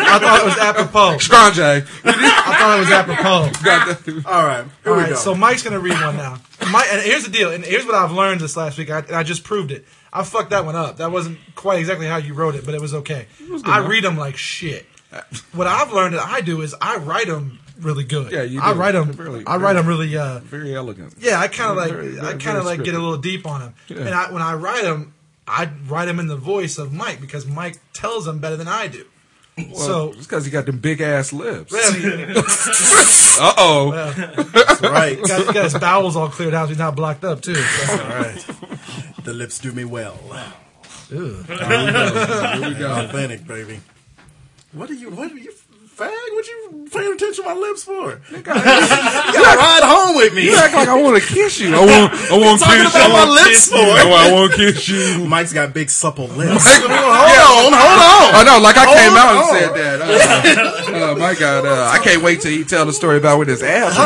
A: I thought it was apropos.
B: Scranje.
A: I thought it was apropos.
B: Got that.
D: All right, here
A: All
D: we
A: right,
D: go.
A: so Mike's gonna read one now. Mike, and here's the deal, and here's what I've learned this last week, I, and I just proved it. I fucked that one up. That wasn't quite exactly how you wrote it, but it was okay. I read them like shit. What I've learned that I do is I write them really good.
B: Yeah, you
A: I
B: do.
A: write them.
B: Really,
A: I write them really. Uh,
B: Very elegant.
A: yeah, I kind of like.
B: Very-
A: I
B: very-
A: kind of
B: very
A: like get a
B: scripted.
A: little deep on them,
B: Yeah.
A: and I, when I write them, I write them in the voice of Mike because Mike tells them better than I do.
B: so
A: So-
B: it's because he got them big ass lips.
A: Well, he-
B: Uh oh.
D: right.
A: got, he got his bowels all cleared out. He's not blocked up too. So.
D: the lips do me well.
B: Here we go.
D: Authentic, baby. What are you? What are you? Fag? What you paying attention to my lips for? You gotta ride home with me.
B: You act like I want to kiss you. I want. I want to
D: Talking
B: kiss you.
D: about my lips
B: I
D: for?
B: want- I want to kiss you.
D: Mike's got big supple lips.
B: hold on, hold on. I know, like I came out
D: on.
B: and said that. Uh, uh, my God, uh, I can't wait till he tell the story about with his ass. was.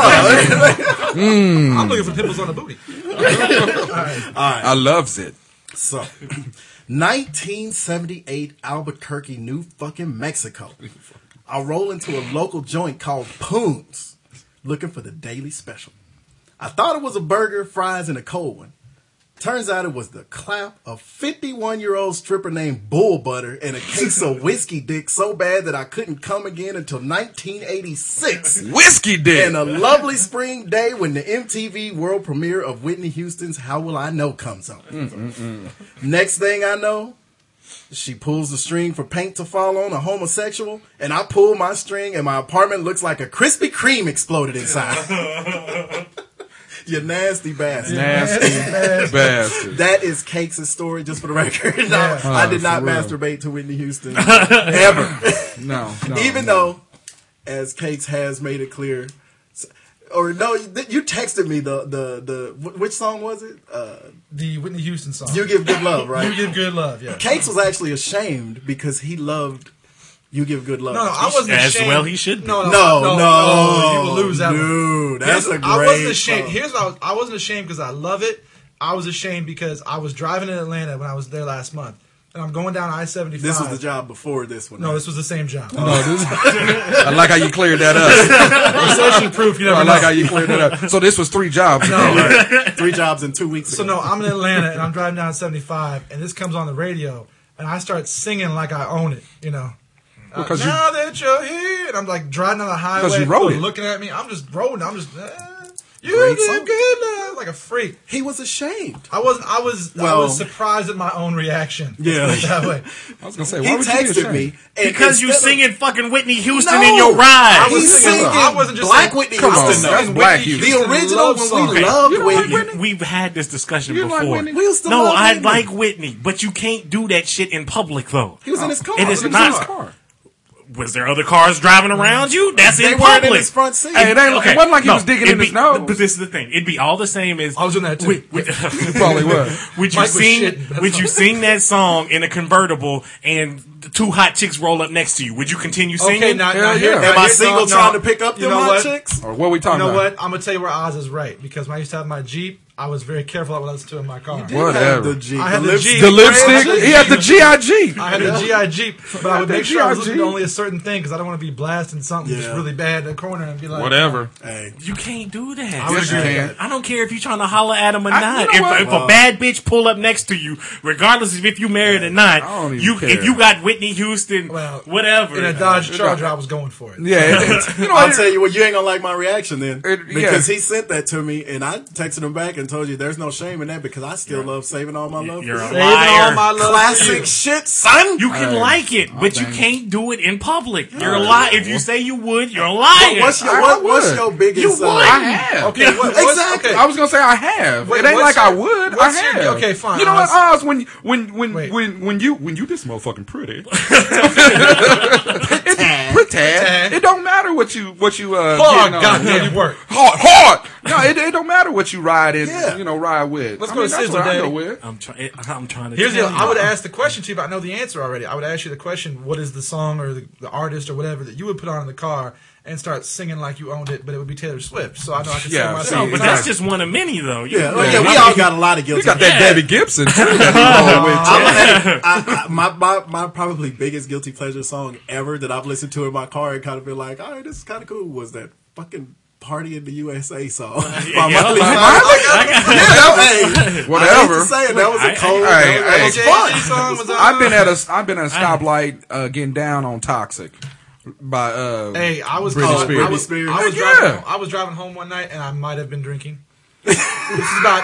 A: I'm looking for pimples on the booty.
B: I loves it.
D: So, 1978 Albuquerque, New fucking Mexico. I roll into a local joint called Poons, looking for the daily special. I thought it was a burger, fries, and a cold one. Turns out it was the clap of 51 year old stripper named Bull Butter and a case of whiskey dick so bad that I couldn't come again until 1986
B: Whiskey dick.
D: and a lovely spring day when the MTV world premiere of Whitney Houston's How Will I Know comes on.
B: Mm,
D: Next thing I know, she pulls the string for paint to fall on a homosexual, and I pull my string, and my apartment looks like a Krispy Kreme exploded inside. you nasty bastard.
B: Nasty bastard.
D: That is Cakes' story, just for the record. No,
A: Yeah.
D: I did not
B: Oh, for real.
D: masturbate to Whitney Houston ever
B: No,
A: Oh,
B: no.
D: even though, as Cakes has made it clear, s- or no, you you texted me the the the wh- which song was it? Uh,
A: The Whitney Houston song.
D: you give good love,
A: You
D: right?
A: give good love. Yeah.
D: Cakes was actually ashamed because he loved you give good love.
A: No, no, I wasn't
E: As
A: ashamed.
E: well he should be.
A: No, no,
D: no, no,
A: You will oh, lose that one.
D: dude.
A: Here's-
D: That's a great.
A: I wasn't ashamed.
D: song.
A: Here's what I, was, I wasn't ashamed because I love it. I was ashamed because I was driving in Atlanta when I was there last month, and I'm going down I seventy five.
D: This was the job before this one.
A: No, this was the same job.
B: I like how you cleared that up.
A: Recession proof. You never
B: I like
A: know.
B: how you cleared that up. So this was three jobs. No,
D: three jobs in two weeks.
A: So
D: ago.
A: no, I'm in Atlanta and I'm driving down 75, and this comes on the radio, and I start singing like I own it, you know. Uh,
B: Because you-
A: now that you're here, and I'm like driving on the highway,
B: you wrote
A: people
B: it.
A: looking at me, I'm just rolling. I'm just eh, you
D: Great song.
A: did good, love, like a freak.
D: he was ashamed.
A: I wasn't. I was. I
D: Well-
A: was surprised at my own reaction.
D: Yeah.
A: Put it that way.
B: I was gonna say
D: He
B: why would you be
D: texted
B: ashamed?
D: me and
E: Because you
D: instead of-
E: singing fucking Whitney Houston
D: No,
E: in your
D: I
E: ride.
D: was
A: He's
D: singing.
A: singing- I wasn't just
D: Black
A: saying-
D: Whitney
B: Come on,
D: Houston.
B: that's
A: Singing
D: though.
B: black
A: Whitney
B: Houston.
D: The original
A: Love
D: when
A: song.
D: we
A: Okay.
D: loved
B: You don't like
D: Whitney.
B: Whitney?
E: We've had this discussion
B: You like
E: before.
B: Whitney?
D: We used to
E: no,
D: love
E: I
D: Whitney.
E: like Whitney, but you can't do that shit in public though.
D: He was
A: Oh,
D: in his car.
E: It is
D: He was in
E: not-
D: his car.
B: Car.
E: Was there other cars driving around you? That's
D: They
E: in
D: weren't in
E: public.
D: his front seat.
B: Hey, it ain't- it wasn't like he was digging
E: it'd
B: in his
E: be-
B: nose.
E: But this is the thing. It'd be all the same as
A: I was in that too.
E: Would, would-
B: Probably was.
E: would you
A: Mike was
E: sing?
A: shitting.
E: Would you sing that song in a convertible and the two hot chicks roll up next to you? Would you continue singing?
A: Okay, now, now
B: Hell
A: here,
B: yeah.
A: now
D: Am I
A: here-
D: single
A: no, no.
D: trying to pick up
A: You
D: them
A: know
D: hot
A: what?
D: chicks?
B: Or what we talking
A: You know
B: about?
A: what? I'm gonna tell you where Oz is right because when I used to have my Jeep, I was very careful what I listened to in my car.
B: Whatever.
D: The G.
A: I had
D: the
A: the
D: lips-
A: G.
B: The lipstick. He had the GIG.
A: I had a GI Jeep, but I would
B: The
A: make sure I was listening to
B: GI.
A: only a certain thing because I don't want to be blasting something
D: Yeah.
A: just really bad in the corner and be like,
B: Whatever.
D: Hey,
E: You can't do that.
A: would
B: Yes, you
A: agree.
B: can.
E: I don't care if you're trying to holler at him or
B: I- you
E: not.
B: know what?
E: if if
A: Uh,
E: a bad bitch pull up next to you, regardless of if you married or not,
B: I don't even
E: you
B: care.
E: if you got Whitney Houston,
A: Well,
E: whatever.
A: In a Dodge Charger, I was going for it.
B: Yeah. it- it's- you know,
D: I'll
B: it-
D: tell you what, you ain't gonna like my reaction then.
B: It- yeah.
D: because he sent that to me and I texted him back and told you there's no shame in that because I still love saving all my love.
E: You're
D: for
E: a
D: you.
A: Saving all
E: liar.
A: my love for
D: Classic
A: you.
D: shit, son.
E: You can
B: Hey,
E: like it, but you
B: dang.
E: can't do it in public. You're a liar. If you say you would, you're a liar.
D: what's your
B: I-
D: what,
B: I
D: what's
B: would.
D: your biggest
E: You
D: uh,
E: would.
B: I have.
A: Okay, what, what's,
D: Exactly.
A: Okay.
B: I was gonna say I have.
A: Wait,
B: it ain't like
A: what's
B: I
A: your-
B: would. I
A: what's your-
B: have.
A: okay, fine,
B: You know what,
A: Oz.
B: Oz? When when when
A: Wait.
B: when when you when you this motherfucking pretty, it's pretty.
A: Pretty.
B: It don't matter what you what you uh.
A: Hard
B: getting on.
A: goddamn work.
B: Hard, hard. No, it, it don't matter what you ride in.
D: Yeah.
B: You know, ride with.
A: Let's
B: I
A: go
B: mean,
A: to
B: that's
A: Sizzle,
B: what I
A: Daddy.
B: go with.
E: I'm trying. I'm trying to.
A: Here's the.
E: tell
A: I
E: you.
A: would ask the question to you, but I know the answer already. I would ask you the question: What is the song or the, the artist or whatever that you would put on in the car and start singing like you owned it? But it would be Taylor Swift, so I know I can
B: Yeah,
A: sing myself.
B: see,
E: But that's just one of many, though. You-
D: yeah, oh, yeah, we all got a lot of guilty.
B: You got that
E: Yeah.
B: Debbie Gibson too. That you roll with.
D: I, I, I, my, my my probably biggest guilty pleasure song ever that I've listened to in my car and kind of been like, all right, this is kind of cool. Was that fucking party in the USA song? by Miley
E: yeah.
D: Cyrus. Yeah, that- hey, I hate
B: Whatever.
D: to say it, that was
E: I-
D: a cold.
B: I-
D: that was- that
B: I-
D: was
B: I-
D: fun.
A: song was
B: I've
A: on.
B: been at a I've been at a stoplight uh, getting down on toxic by uh
A: Hey, I was
B: Britney
A: called- I
B: Spears.
A: was, I was
B: Heck
A: driving.
B: yeah.
A: Home, I was driving home one night, and I might have been drinking. This is about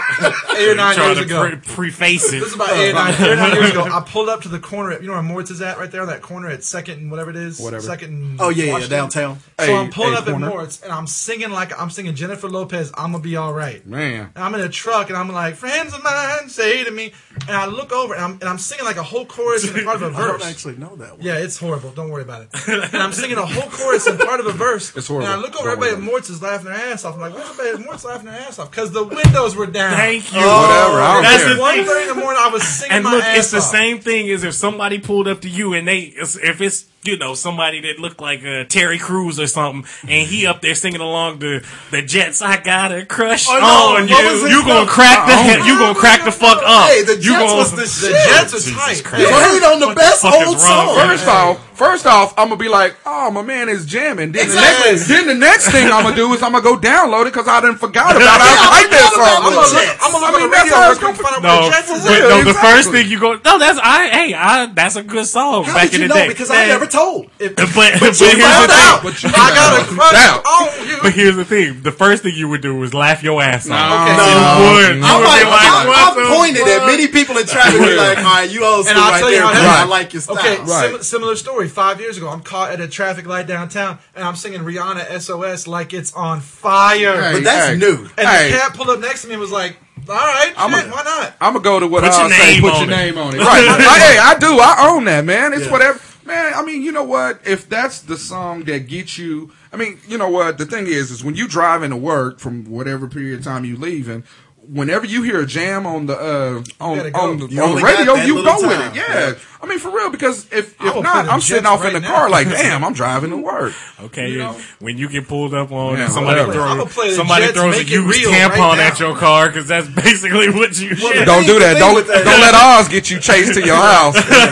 A: eight or nine
C: Trying
A: years
C: to
A: ago.
C: pre- preface it.
A: This is about eight, nine, eight or nine years ago. I pulled up to the corner at you know where Mort's is at right there on that corner at Second and whatever it is.
B: Whatever.
A: Second. And
D: Oh yeah, yeah,
A: Washington.
D: downtown.
A: So
B: Hey,
A: I'm pulling
B: hey,
A: up
B: corner.
A: at Mort's and I'm singing like I'm singing Jennifer Lopez. I'm gonna be all right.
B: Man.
A: And I'm in a truck and I'm like, friends of mine say to me, and I look over and I'm and I'm singing like a whole chorus and part of a
D: I don't
A: verse.
D: actually know that one.
A: Yeah, it's horrible. Don't worry about it. And I'm singing a whole chorus and part of a verse.
B: It's horrible.
A: And I look over,
B: Don't
A: everybody
B: worry
A: at
B: about it.
A: Mort's is laughing their ass off. I'm like, why is everybody at Mort's laughing their ass off? Because the windows were down.
C: Thank you.
A: Oh,
B: Whatever. I don't
C: That's
B: care.
C: the
A: One thirty in the morning, I was singing
C: And
A: my
C: look,
A: ass
C: it's the
A: off.
C: same thing as if somebody pulled up to you and they, if it's, you know, somebody that looked like uh, Terry Crews or something, and he up there singing along the the Jets, I got a crush
D: Oh, no,
C: on
D: what
C: you.
D: was his Oh,
C: You gonna
D: stuff?
C: crack the head, you gonna crack the fuck up.
D: Hey, the
C: you
D: Jets
C: gonna,
D: was the shit.
A: Jets are
C: Jesus
A: tight.
C: Christ.
A: Yeah.
D: Played on the,
C: What the
D: best
C: fuck is
D: old
C: wrong
D: song.
C: with
B: First off, first off, I'm gonna be like, oh, my man is jamming. Then, the,
D: Exactly.
B: next, then the next thing I'm gonna do is I'm gonna go download it because I done forgot about it. I like that song.
D: forgot
B: I'm gonna
D: about the
B: look.
D: Jets.
B: I'm gonna
A: I
B: look
A: mean,
B: on
A: that's
B: the
A: how I
B: radio.
A: was
B: real
A: gonna
B: quick.
A: find out what
C: No,
A: the Jets is
C: but
A: at.
C: no, the
B: Exactly.
C: first thing you go, no, that's I, hey, I, that's a good song
D: How
C: back
D: did
C: in
D: you
C: the
D: know?
C: day.
D: Because I
C: Man.
D: never told.
C: but, but here's
D: you
C: the
D: found
C: thing.
D: out.
B: But you
A: I got a
B: know.
A: crush
B: Now.
A: on you.
C: But here's the thing: the first thing you would do was laugh your ass off.
B: No,
C: You would. You
D: I'm
C: would
D: like,
C: be like,
D: I'm,
C: what
D: I'm
C: the
D: pointed at many people in traffic. They're like, all right, you old school
A: And I'll
D: right
A: tell you
D: there.
A: how
D: bro.
A: that-
D: I like your style.
A: Okay, sim-
B: Right.
A: similar story. Five years ago, I'm caught at a traffic light downtown, and I'm singing Rihanna "SOS" like it's on fire.
B: Hey,
D: But that's
B: hey,
D: new.
A: And
B: hey,
A: the cat pulled up next to me and was like, "All right,
B: I'm
A: shit,
B: a-
A: why not?"
B: I'm gonna go to what
C: Put
B: I
C: your
B: say.
C: name
B: Put your
C: on it.
B: name on it. Right? I, hey, I do. I own that, man. It's whatever. Man, I mean, you know what? If that's the song that gets you, I mean, you know what? The thing is, is when you drive into work from whatever period of time you leave, and whenever you hear a jam on the uh,
A: gotta
B: on
A: go.
B: on the,
D: You
B: on
D: only
B: the
D: got
B: radio,
D: that
B: you
D: little
B: go with
D: time.
B: it. Yeah. I mean, for real, because if if
A: would put
B: not,
A: in
B: I'm
A: Jets
B: sitting off
A: right
B: in the
A: now.
B: car like, damn, I'm driving to work.
C: Okay,
B: You
C: yeah.
B: know?
C: when you get pulled up on
B: Yeah,
C: somebody
B: whatever.
A: I'ma play
C: throws
A: the
C: somebody
A: Jets,
C: throws a
A: make it
C: used
A: real right
C: tampon at
A: now.
C: your car because that's basically what you
D: the
C: shit.
B: Don't do that.
D: thing
B: Don't
D: with that-
B: don't let ours get you chased to your house.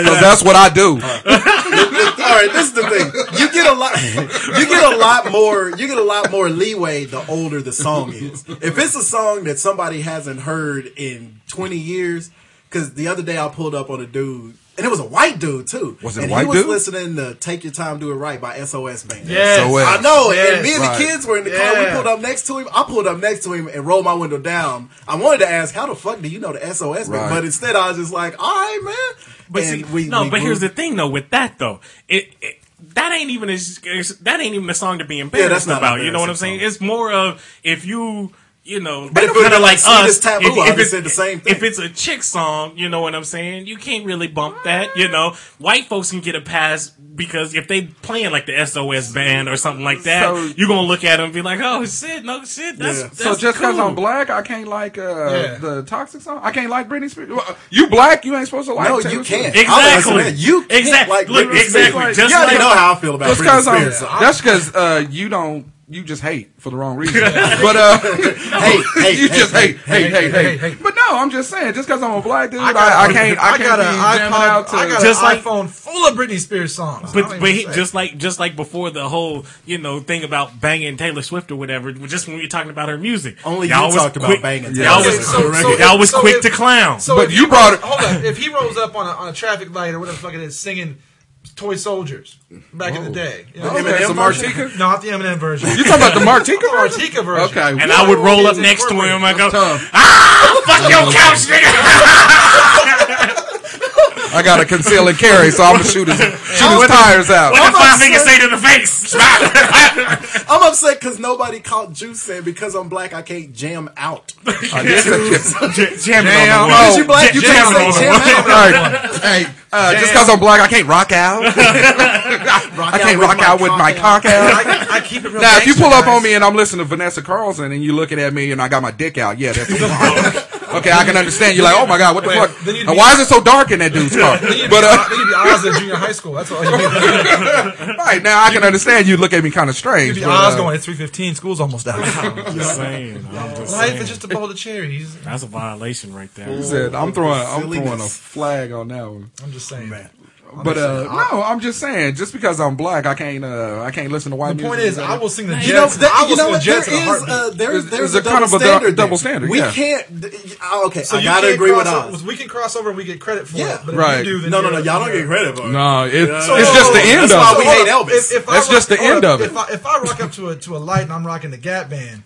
B: Because that's what I do.
D: all right, this is the thing. You get a lot. You get a lot more. You get a lot more leeway the older the song is. If it's a song that somebody hasn't heard in twenty years, because the other day I pulled up on a dude. And it was a white dude too.
B: Was it
D: and
B: white
D: he was
B: dude?
D: listening to "Take Your Time, Do It Right" by SOS Band.
A: Yes.
B: So, uh,
D: I know.
A: Yes.
D: and me and
B: Right.
D: the kids were in the car. We
A: Yeah.
D: pulled up next to him. I pulled up next to him and rolled my window down. I wanted to ask, "How the fuck do you know the SOS?" Band?
B: Right.
D: But instead, I was just like, "All right, man."
C: But
D: And
C: see, no. but
D: grew-
C: here's the thing, though. With that, though, it, it that ain't even a, that ain't even a song to be embarrassed
D: that's not
C: about. You know what I'm
D: embarrassing
C: saying? It's more of if you. You know,
D: But if it
C: kind
D: would've
C: of
D: been
C: like
D: like
C: us.
D: Sweetest Taboo, I would've
C: it's-
D: said the same thing.
C: If it's a chick song, you know what I'm saying. You can't really bump that. You know, white folks can get a pass because if they playing like the SOS band or something like that,
B: So-
C: you gonna look at them and be like, "Oh shit, no shit, that's,
D: Yeah.
C: that's
B: So just because
C: cool.
B: I'm black, I can't like uh,
A: Yeah.
B: the toxic song. I can't like Britney Spears. Well, You black, you ain't supposed to like.
D: No,
B: Taylor
D: you
B: Swift.
D: can't.
C: Exactly.
D: I was like, you can't
C: Exactly.
D: like
C: Look,
D: Britney Spears.
C: exactly.
B: Like,
C: just
D: you already
C: like
D: know how I feel about
B: Just
D: Britney
B: because I'm.
D: Spears. so I-
B: That's because uh, you don't. You just hate for the wrong reason. but uh,
D: hey, hey,
B: you
D: hey,
B: just hate,
A: hey,
B: hate, hate,
A: hey,
B: hate,
A: hey.
B: But no, I'm just saying. Just because I'm a black dude, I,
A: I got,
B: I, can't. I, can't
A: got
B: be
A: an
B: jamming out
A: iPod.
B: to.
A: I got
C: Just
A: an
C: like-
A: iPhone full of Britney Spears songs. I don't
C: But but
A: even
C: he,
A: say.
C: just like just like before the whole you know thing about banging Taylor Swift or whatever, just when we were talking about her music,
D: Only you
C: y'all was
D: talked about
C: quick-
D: banging
C: Y'all
D: Taylor
C: was,
D: Swift. So-
A: so
C: y'all
A: if-
C: was
A: so
C: quick
A: if-
C: to clown.
A: So
B: But
A: if
B: you
A: he
B: brought
A: rolls-
B: it-
A: Hold up. If he rolls up on a, on a traffic light or whatever the fuck it is, singing "Toy Soldiers" back in the day, you know,
B: Oh. The Eminem
A: Some Marti-
B: version?
A: not the Eminem version.
B: You talking about the
A: the
B: Martika version?
A: Martika version?
B: Okay,
C: and I would roll up
A: It's
C: next to him. I
A: incorporated.
C: go,
B: tough.
C: "Fuck your couch, nigga."
B: I got a conceal and carry, so I'm gonna shoot his shoot his tires out.
C: What the
D: I'm
C: five fingers say
D: upset.
C: to the face?
D: I'm upset because nobody caught Juice saying because I'm black I can't jam out.
B: Uh, this is-
C: J- Jamming
B: Damn. Oh,
C: on the wall.
D: Because you black, you
C: jam
D: can't
C: on
D: say
C: the
D: jam
C: wall.
D: out.
B: Hey, uh, just because I'm black, I can't rock out. I
D: out
B: can't
D: with
B: rock
D: my
B: out with my
D: cock
B: cock out.
A: I, I keep it real.
B: Now, if you
A: gangster,
B: pull up
A: guys.
B: on me and I'm listening to Vanessa Carlson and you looking at me and I got my dick out, yeah, that's wrong. okay. I can understand. You're like, oh my god, what the
A: Wait,
B: fuck?
A: then you'd
B: And
A: be-
B: why is it so dark in that dude's car? But
A: I
B: uh,
A: think you'd be Oz in junior high school. That's all you need.
B: right now, I can understand you look at me kind of strange.
A: You'd be
B: but,
A: Oz
B: uh,
A: going at three fifteen. School's almost out.
C: I'm just saying. I'm just
A: Life is
C: saying.
A: just a bowl of cherries.
C: That's a violation right there.
B: he said, I'm throwing, I'm
D: Silliness.
B: throwing a flag on that one.
A: I'm just saying.
B: But uh, no, I'm just saying, just because I'm black, I can't, uh, I can't listen to white
A: The point is,
B: music.
A: I will sing the Jets.
D: You know, there,
A: I will
D: you
A: sing
D: know
A: the
D: what? There
A: Jets in a
D: is
A: heartbeat.
D: a, there's,
B: Is-
D: there's
B: is
D: a
B: there kind
D: double
B: of a dou-
D: standard. there.
B: double standard,
D: We
B: yeah.
D: can't. d- ah, Okay,
A: So
D: I
A: you
D: gotta
A: can't
D: agree with
A: cross
D: Oz.
A: over- We can cross over and we get credit for
D: Yeah.
A: it. But
B: Right.
A: if you do, then
D: No, no, no.
A: you're-
D: Y'all don't get credit for it.
B: no, it,
A: So-
B: it's just the end
D: That's
B: of
D: why
B: it.
D: we hate Elvis.
A: If, if I
B: That's
A: rock-
B: just the
A: hold
B: end
A: up.
B: of it.
A: If I, if I rock up to a to a light and I'm rocking the Gap Band,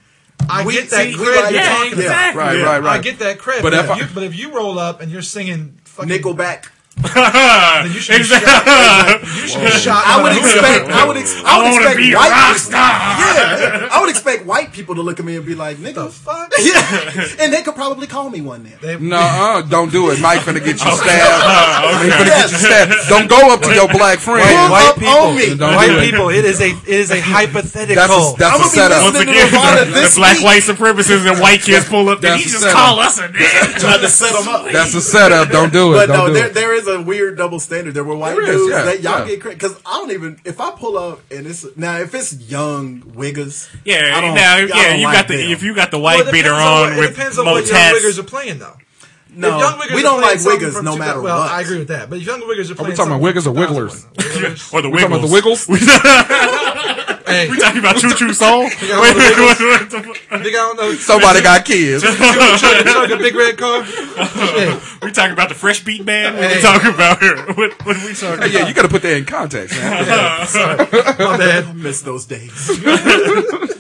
A: I
D: We-
A: get that
D: see, we
A: credit.
D: like
A: you're
D: to
C: Yeah,
A: talking about.
C: exactly.
B: Right, right, right.
A: I get that credit.
B: But
A: But,
B: if
A: if,
B: I-
A: you, but if you roll up and you're singing fucking
D: Nickelback.
A: then you should be shot. You should be shot.
D: I
A: by
D: would
A: the police.
D: expect. I would. Ex- I would
C: wanna
D: expect
C: be a
D: white
C: rock
D: people- Yeah, I would expect white people to look at me and be like,
A: The
D: "Nigga."
A: fuck?
D: Yeah, and they could probably call me one then.
A: They-
B: No, uh, don't do it. Mike finna get you stabbed. Mike finna get you
D: Yes.
B: stabbed. Don't go up to your black
D: Pull
B: friend.
F: White
D: up
F: people.
D: on me.
B: Don't do
F: White
B: it.
F: people, it is a it is a hypothetical.
B: That's a,
D: I'm
B: that's a
D: gonna be
B: setup.
C: Once
D: Then
C: again,
D: the Nirvana
C: the, the
D: this
C: black
D: week.
C: white supremacists and white kids pull up, and
B: That's
C: he just
B: the
C: call us a nigga.
D: Tried to set 'em up.
B: That's a setup. Don't do it.
D: But
B: Don't
D: no,
B: do
D: there,
B: it.
D: there is a weird double standard. There were white
B: There is,
D: dudes
B: yeah,
D: that y'all
B: yeah.
D: get credit because I don't even if I pull up and it's now if it's young wiggers,
C: Yeah,
D: I don't-
C: now,
D: I
C: yeah,
D: don't
C: you
D: like
C: got the
D: them.
C: if you got the
A: Well,
C: white
A: it
C: beater
A: depends
C: on
A: what-
C: with
A: It depends on what young Wiggers
C: Motats.
A: are playing, though. If
D: No,
A: Young Wiggers
D: we
A: are playing
D: don't like
A: something
D: Wiggers
A: from
D: no
A: two-
D: matter
A: Well,
D: what.
A: I agree with that. But if Young Wiggers are playing.
B: talking
A: something
B: about Wiggers or
A: from
B: Wigglers?
A: 2001,
C: Or the
B: We talking about the
C: Wiggles.
B: Wiggles?
C: We
A: Hey,
C: we talking about Choo Choo Soul? Wait,
A: all the
C: wait, wait, wait, wait,
A: nigga, I don't know.
B: Somebody got kids.
A: Like a big red car. Shit.
C: We talking about the Fresh Beat Band? What we
A: Hey.
C: talking about here? What, what we talking
B: Yeah, you got to put that in context, man.
A: My
D: I
A: bad.
D: miss those days.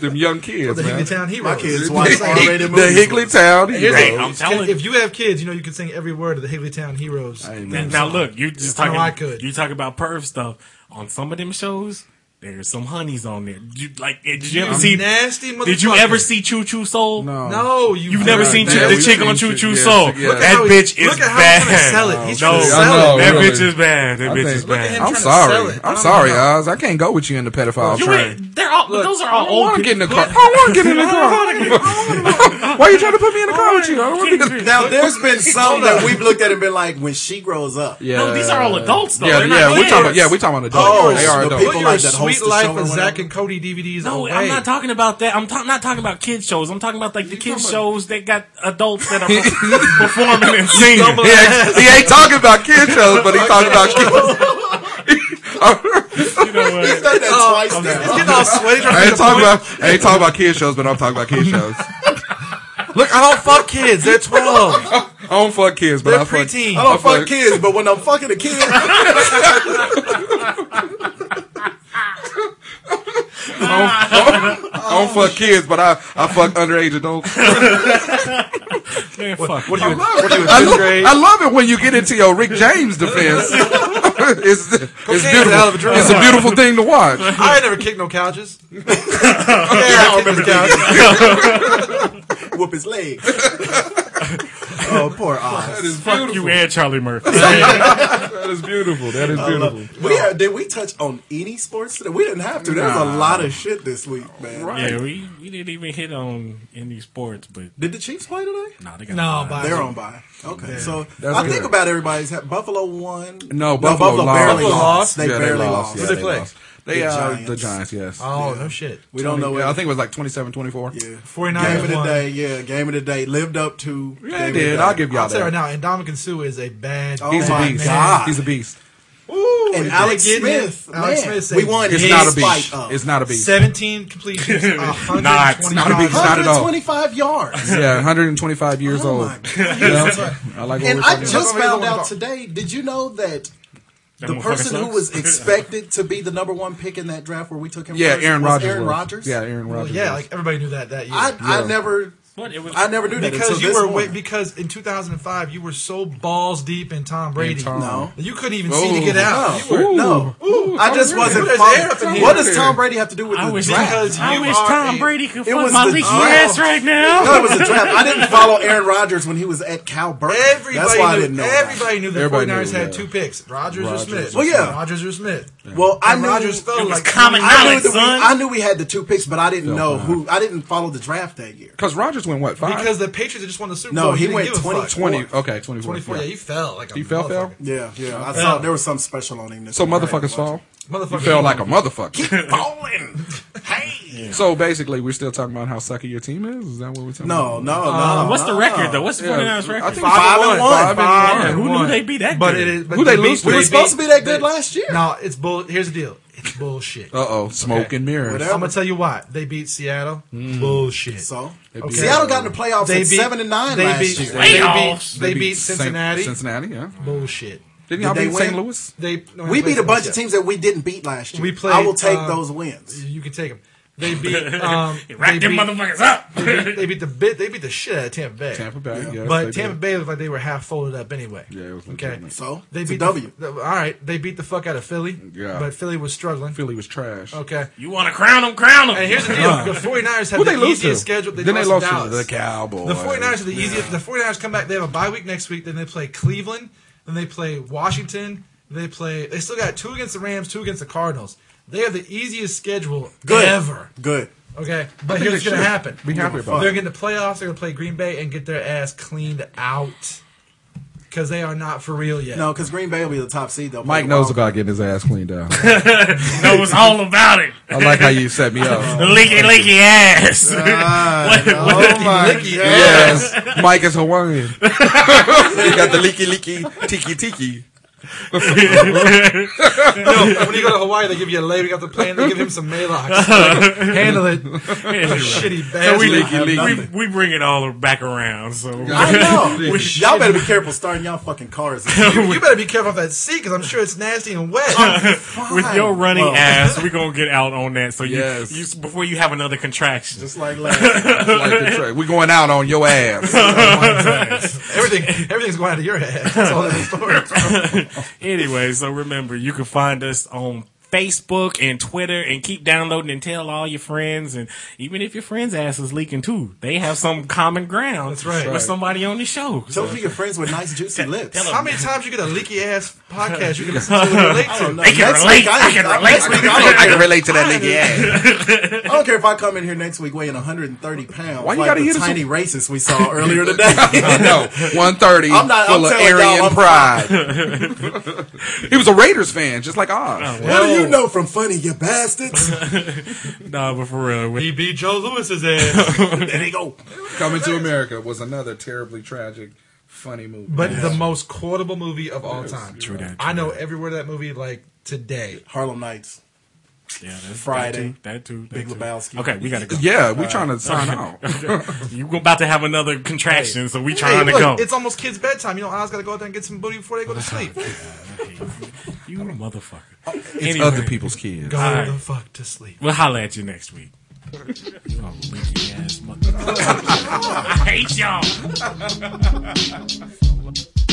B: Them young kids,
A: The
B: man.
A: Higley Town Heroes.
D: My kids
B: The
D: watch R-rated movies.
B: Hickley Town
A: Here's
C: Hey,
A: the-
B: Heroes.
C: I'm telling
A: if you have kids, you know you could sing every word of the Higley Town Heroes.
B: Hey,
C: Now,
B: man.
C: now look, you just talking.
A: No, I could.
C: You talk about perv stuff on some of them shows. There's some honeys on there. Did you, like, did you, ever
A: You
C: see?
A: nasty
C: Did you
A: motherfucker.
C: ever see Choo Choo Soul?
B: No.
A: No, you
C: You've never
A: right.
C: seen
B: Yeah,
C: Choo- the
B: we've
C: chick on
B: seen
C: Choo Choo
B: Choo- yeah,
C: Soul.
B: yeah. Look
C: That
A: how he-
C: bitch is
A: look at how
C: bad.
A: he's trying to sell it. He's
C: no,
A: trying to
B: I know,
A: sell it.
C: that
B: really.
C: bitch is bad. That
B: I
C: bitch
B: think-
C: is
B: Look
A: at
C: bad.
A: him
B: I'm
A: trying to sell
B: sorry.
A: it. I
B: I'm
A: don't
B: sorry,
A: know.
B: Oz. I can't go with you in the pedophile
C: You
B: train.
C: ain't, they're all. those are all
B: I want
C: old
B: to
C: people.
B: get in the car. I want to get in the car. Why are you trying to put me in the car with you? I don't want to get.
D: now there's been some that we've looked at and been like, when she grows up,
B: Yeah.
C: No, these are all adults though.
B: Yeah,
C: They're
B: yeah,
C: not
B: we're
C: kids.
B: talking. About, yeah, we're talking about adults.
D: Oh,
B: they are
D: the
B: adults.
A: Put
D: people
A: your
D: like that
A: sweet
D: host the
A: life
D: show or
A: and Zach
D: whatever.
A: and Cody DVDs
C: No,
A: away.
C: I'm not talking about that. I'm ta- not talking about kids shows. I'm talking about like the kids shows that got adults that are perf- performing and singing.
B: He ain't, he ain't talking about kid shows, but he's talking about kids.
C: You know what?
D: We've done that
B: Oh,
D: twice
A: It's
D: now.
A: getting all sweaty. trying to
B: I
A: make
B: ain't
A: a
B: talking
A: point.
B: about. I ain't talking about kid shows, but I'm talking about kid shows.
F: Look, I don't fuck kids. They're twelve.
B: I don't fuck kids, but
F: They're
B: I fuck.
F: preteen.
D: I don't
B: Oh, fuck-
D: fuck kids, but when I'm fucking a kid,
B: I don't fuck kids, but I I fuck underage adults.
C: Man, fuck.
F: What are you? in- What are you in
B: I,
F: fifth
B: lo-
F: grade?
B: I love it when you get into your Rick James defense. it's, it's
F: out of a
B: beautiful.
F: drug.
B: It's a beautiful thing to watch.
A: I ain't never kicked no couches. yeah,
D: I
A: I
D: remember
A: kicked the couch.
D: whoop his legs. oh, poor Oz.
B: It's
C: Fuck you and Charlie Murphy.
B: That is beautiful. That is beautiful.
D: We are, did we touch on any sports today? We didn't have to. There was a lot of shit this week, man.
C: yeah, we, we didn't even hit on any sports, but
D: Did the Chiefs play today?
C: nah, they got
A: No, but
D: They're on bye. Okay, so
B: That's
D: I
B: good.
D: think about everybody's. ha- Buffalo won.
B: No, Buffalo lost.
D: barely
B: Buffalo
D: lost. They
B: Yeah,
D: barely lost.
B: Yeah,
A: Who'd they play?
B: lost. They
D: The
B: uh,
D: Giants.
B: the Giants. Yes.
A: Oh, no shit.
D: We don't know.
B: Yeah, I
D: what-
B: think it was like 27-24.
D: yeah.
A: 49
D: Game of the
A: won.
D: day, yeah. Game of the day lived up to.
B: Yeah,
D: game
B: I
D: of the
B: did.
D: day.
B: I'll give y'all
A: I'll tell you right
B: that.
A: now, Indominus Sue is a bad.
D: Oh,
B: He's a
D: my
B: beast.
D: God.
B: He's a beast.
A: Ooh,
D: And
A: if
D: Alex
A: they get him-
D: Smith,
A: Alex
D: man,
A: Smith, said
D: we won.
B: It's
D: He's
B: not a
D: spiked
B: beast.
D: up.
B: It's not a beast.
A: 17 completions,
C: Nah, it's
A: 120
C: not
B: a
A: yards.
B: big not at all.
D: 125 yards.
B: Yeah, 125 years
D: Oh
B: old.
D: my
B: Yeah. I like what
D: And
B: we're
D: I
B: talking about.
D: just found out today. Did you know that the
C: motherfucker
D: person who
C: sucks.
D: was expected to be the number one pick in that draft where we took him?
B: Yeah,
D: first
B: Aaron
D: was
B: Rodgers.
D: Aaron
B: was.
D: Rodgers.
B: Yeah, Aaron
A: Well,
B: Rodgers.
A: yeah,
B: was.
A: like everybody knew that that year.
D: I, I never,
C: But it was
D: I never knew that
A: because
D: until
A: you
D: this
A: were
D: morning.
A: wi- because in 2005 you were so balls deep in Tom Brady,
B: Tom.
D: No.
A: that you couldn't even see to get
B: Ooh.
A: out. You were-
B: Ooh.
D: Oh, no, I just
B: Brady.
D: wasn't.
A: There's
D: following-
A: air up in here.
D: What does Tom Brady have to do with
C: I
D: the
C: wish,
D: draft?
A: Because
C: I
A: you
C: wish
A: are
C: Tom
A: a-
C: Brady could
D: It
C: fuck
D: was
C: my
D: the
C: leaky
D: draft.
C: ass right now.
D: No, it was a draft. I didn't follow Aaron Rodgers when he was at Cal Berkeley.
A: Everybody
D: That's why
A: knew,
D: I didn't know. about it.
A: Everybody knew the
B: Everybody
A: 49ers
B: knew,
A: had
B: yeah.
A: two picks, Rodgers or
B: Rodgers
A: Smith.
B: or
D: Well, yeah.
A: Rodgers or Smith.
D: Well, I
A: And
D: knew.
A: Rodgers fell
C: It was
A: like
C: common
D: I knew,
C: knowledge,
D: that we,
C: son.
D: I knew we had the two picks, but I didn't
B: Don't
D: know
B: mind.
D: who. I didn't follow the draft that year.
B: Because Rodgers went what five?
A: because the Patriots just won the Super
D: No,
A: Bowl.
D: he
A: didn't
D: went
A: give a fuck.
D: 20.
B: 20. Okay, 24.
A: 24.
B: yeah.
A: Yeah, he fell like a
B: He fell, fell?
A: motherfucker.
D: Yeah, yeah. I saw there was some special on him. This
B: So
D: week.
B: motherfuckers fall. You
A: Motherfucker
B: fell like a motherfucker.
D: Falling. Hey.
B: so basically, we're still talking about how sucky your team is. Is that what we're talking
D: No, no,
B: about?
D: no.
A: Uh,
C: What's
D: Uh,
C: the record though? What's the
B: Yeah.
C: 49ers
B: I
C: record?
B: think
D: Five and one.
B: Five and
A: Five
B: one.
A: and
C: Who knew
A: one.
C: they be that
A: But
C: good?
A: it is. But
B: Who they lose to?
A: It
D: we were supposed to be that good last year.
A: No, it's bull. Here's the deal. It's bullshit.
B: Uh oh, smoke and mirrors.
D: Whatever. Hmm.
A: I'm gonna tell you why they beat Seattle. Bullshit.
D: So
B: beat-
D: Seattle got in the playoffs
A: they
D: at
A: beat
D: seven and nine
A: They
D: last
A: beat.
D: year.
A: They beat.
C: Playoffs.
A: They beat
B: Saint-
A: Cincinnati.
B: Cincinnati, yeah.
A: Bullshit.
B: Didn't y'all
D: Did they
B: beat St.
D: win?
B: Louis?
A: They no, they
D: We
A: played
D: beat a bunch of
A: Philadelphia.
D: teams that we didn't beat last year.
A: We played,
D: I will take
A: uh,
D: those wins.
A: You can take them. They beat um,
C: Rack
A: they
C: them
A: beat-
C: motherfuckers up.
A: they beat, they beat the bit. They beat the shit out of Tampa Bay.
B: Tampa Bay, yes, they
A: but
B: did.
A: Tampa Bay looked like they were half folded up anyway.
B: Yeah, it was
A: okay.
B: legitimate.
D: So
A: They
D: it's
A: beat
D: a W.
A: The, the- all right, they beat the fuck out of Philly.
B: Yeah.
A: but Philly was struggling.
B: Philly was trash.
A: Okay,
C: you want to crown them? Crown them.
A: and here's the deal: the 49ers have
B: Who
A: the
B: they lose to?
A: easiest schedule. They
B: then they
A: lost
B: lost
A: to
B: to the
A: Dallas.
B: Cowboys.
A: The 49ers are the easiest. The 49ers come back. They have a bye week next week. Then they play Cleveland. Then they play Washington. They play. They still got two against the Rams, two against the Cardinals. They have the easiest schedule
D: Good.
A: ever.
D: Good.
A: Okay, but
B: think
A: here's what's
B: they
A: gonna
B: should.
A: happen.
B: Be happy about
A: They're
B: it.
A: getting the playoffs. They're gonna play Green Bay and get their ass cleaned out because they are not for real yet.
D: No, because Green Bay will be the top seed though.
B: Mike knows about getting his ass cleaned out.
C: know it's all about it.
B: I like how you set me up.
C: Leaky, leaky ass. What- what-
D: Oh my god!
B: yes, Mike is Hawaiian. he got the leaky leaky tiki tiki.
A: No, when you go to Hawaii, they give you a lay. We got the plane. They give him some Malox. Like, handle it, shitty
C: So
A: bastard.
C: we,
B: leaky, leaky.
C: we, we bring it all back around. So
D: I know. y'all better be careful starting y'all fucking cars.
A: you better be careful of that seat because I'm sure it's nasty and wet.
C: with your running ass, we're gonna get out on that. So
B: Yes.
C: you, you before you have another contraction.
D: Just like last.
B: Like the tra- we going out on your ass.
A: Everything, everything's going out of your head. That's all that story.
C: Anyway, so remember, you can find us on Facebook and Twitter, and keep downloading and tell all your friends. And even if your friends' ass is leaking too, they have some common ground. That's
A: right.
C: With somebody on the show. So
D: Don't be your friends with nice juicy lips.
C: tell 'em.
A: How many times you get a leaky ass podcast you can listen to and relate
D: I
A: to?
D: don't know.
C: They can
D: Next
C: relate.
D: week,
C: I can relate.
D: Next week, I don't,
B: I can relate to that leaky ass.
D: I don't care if I come in here next week weighing 130 pounds.
B: Why you
D: like
B: gotta
D: the
B: hit us
D: tiny racist we saw earlier today?
B: No, one thirty, full
D: I'm not- I'm
B: of
D: telling y'all,
B: Aryan
D: I'm-
B: pride. he was a Raiders fan, just like ours.
D: what do you know from funny, you bastards?
C: nah, but for real, we-
A: He beat Joe Lewis's ass.
D: there they go.
B: Coming to America was another terribly tragic, funny movie.
A: But the most quotable movie of all time. True
C: that,
A: I know every word of that movie like today.
D: Harlem Nights.
C: yeah, that's
D: Friday.
C: That too. That too that
D: Big
C: too.
D: Lebowski.
C: Okay, we gotta go.
B: yeah, we trying to sign out.
C: You about to have another contraction, so we trying
A: Hey,
C: to
A: look,
C: go.
A: It's almost kids' bedtime. You know, Oz got to go out there and get some booty before they go to sleep. go
C: you motherfucker.
B: It's
C: Anyway.
B: other people's kids.
C: right.
A: the fuck to sleep.
C: We'll holler at you next week. Oh, You a leaky ass motherfucker. I hate y'all.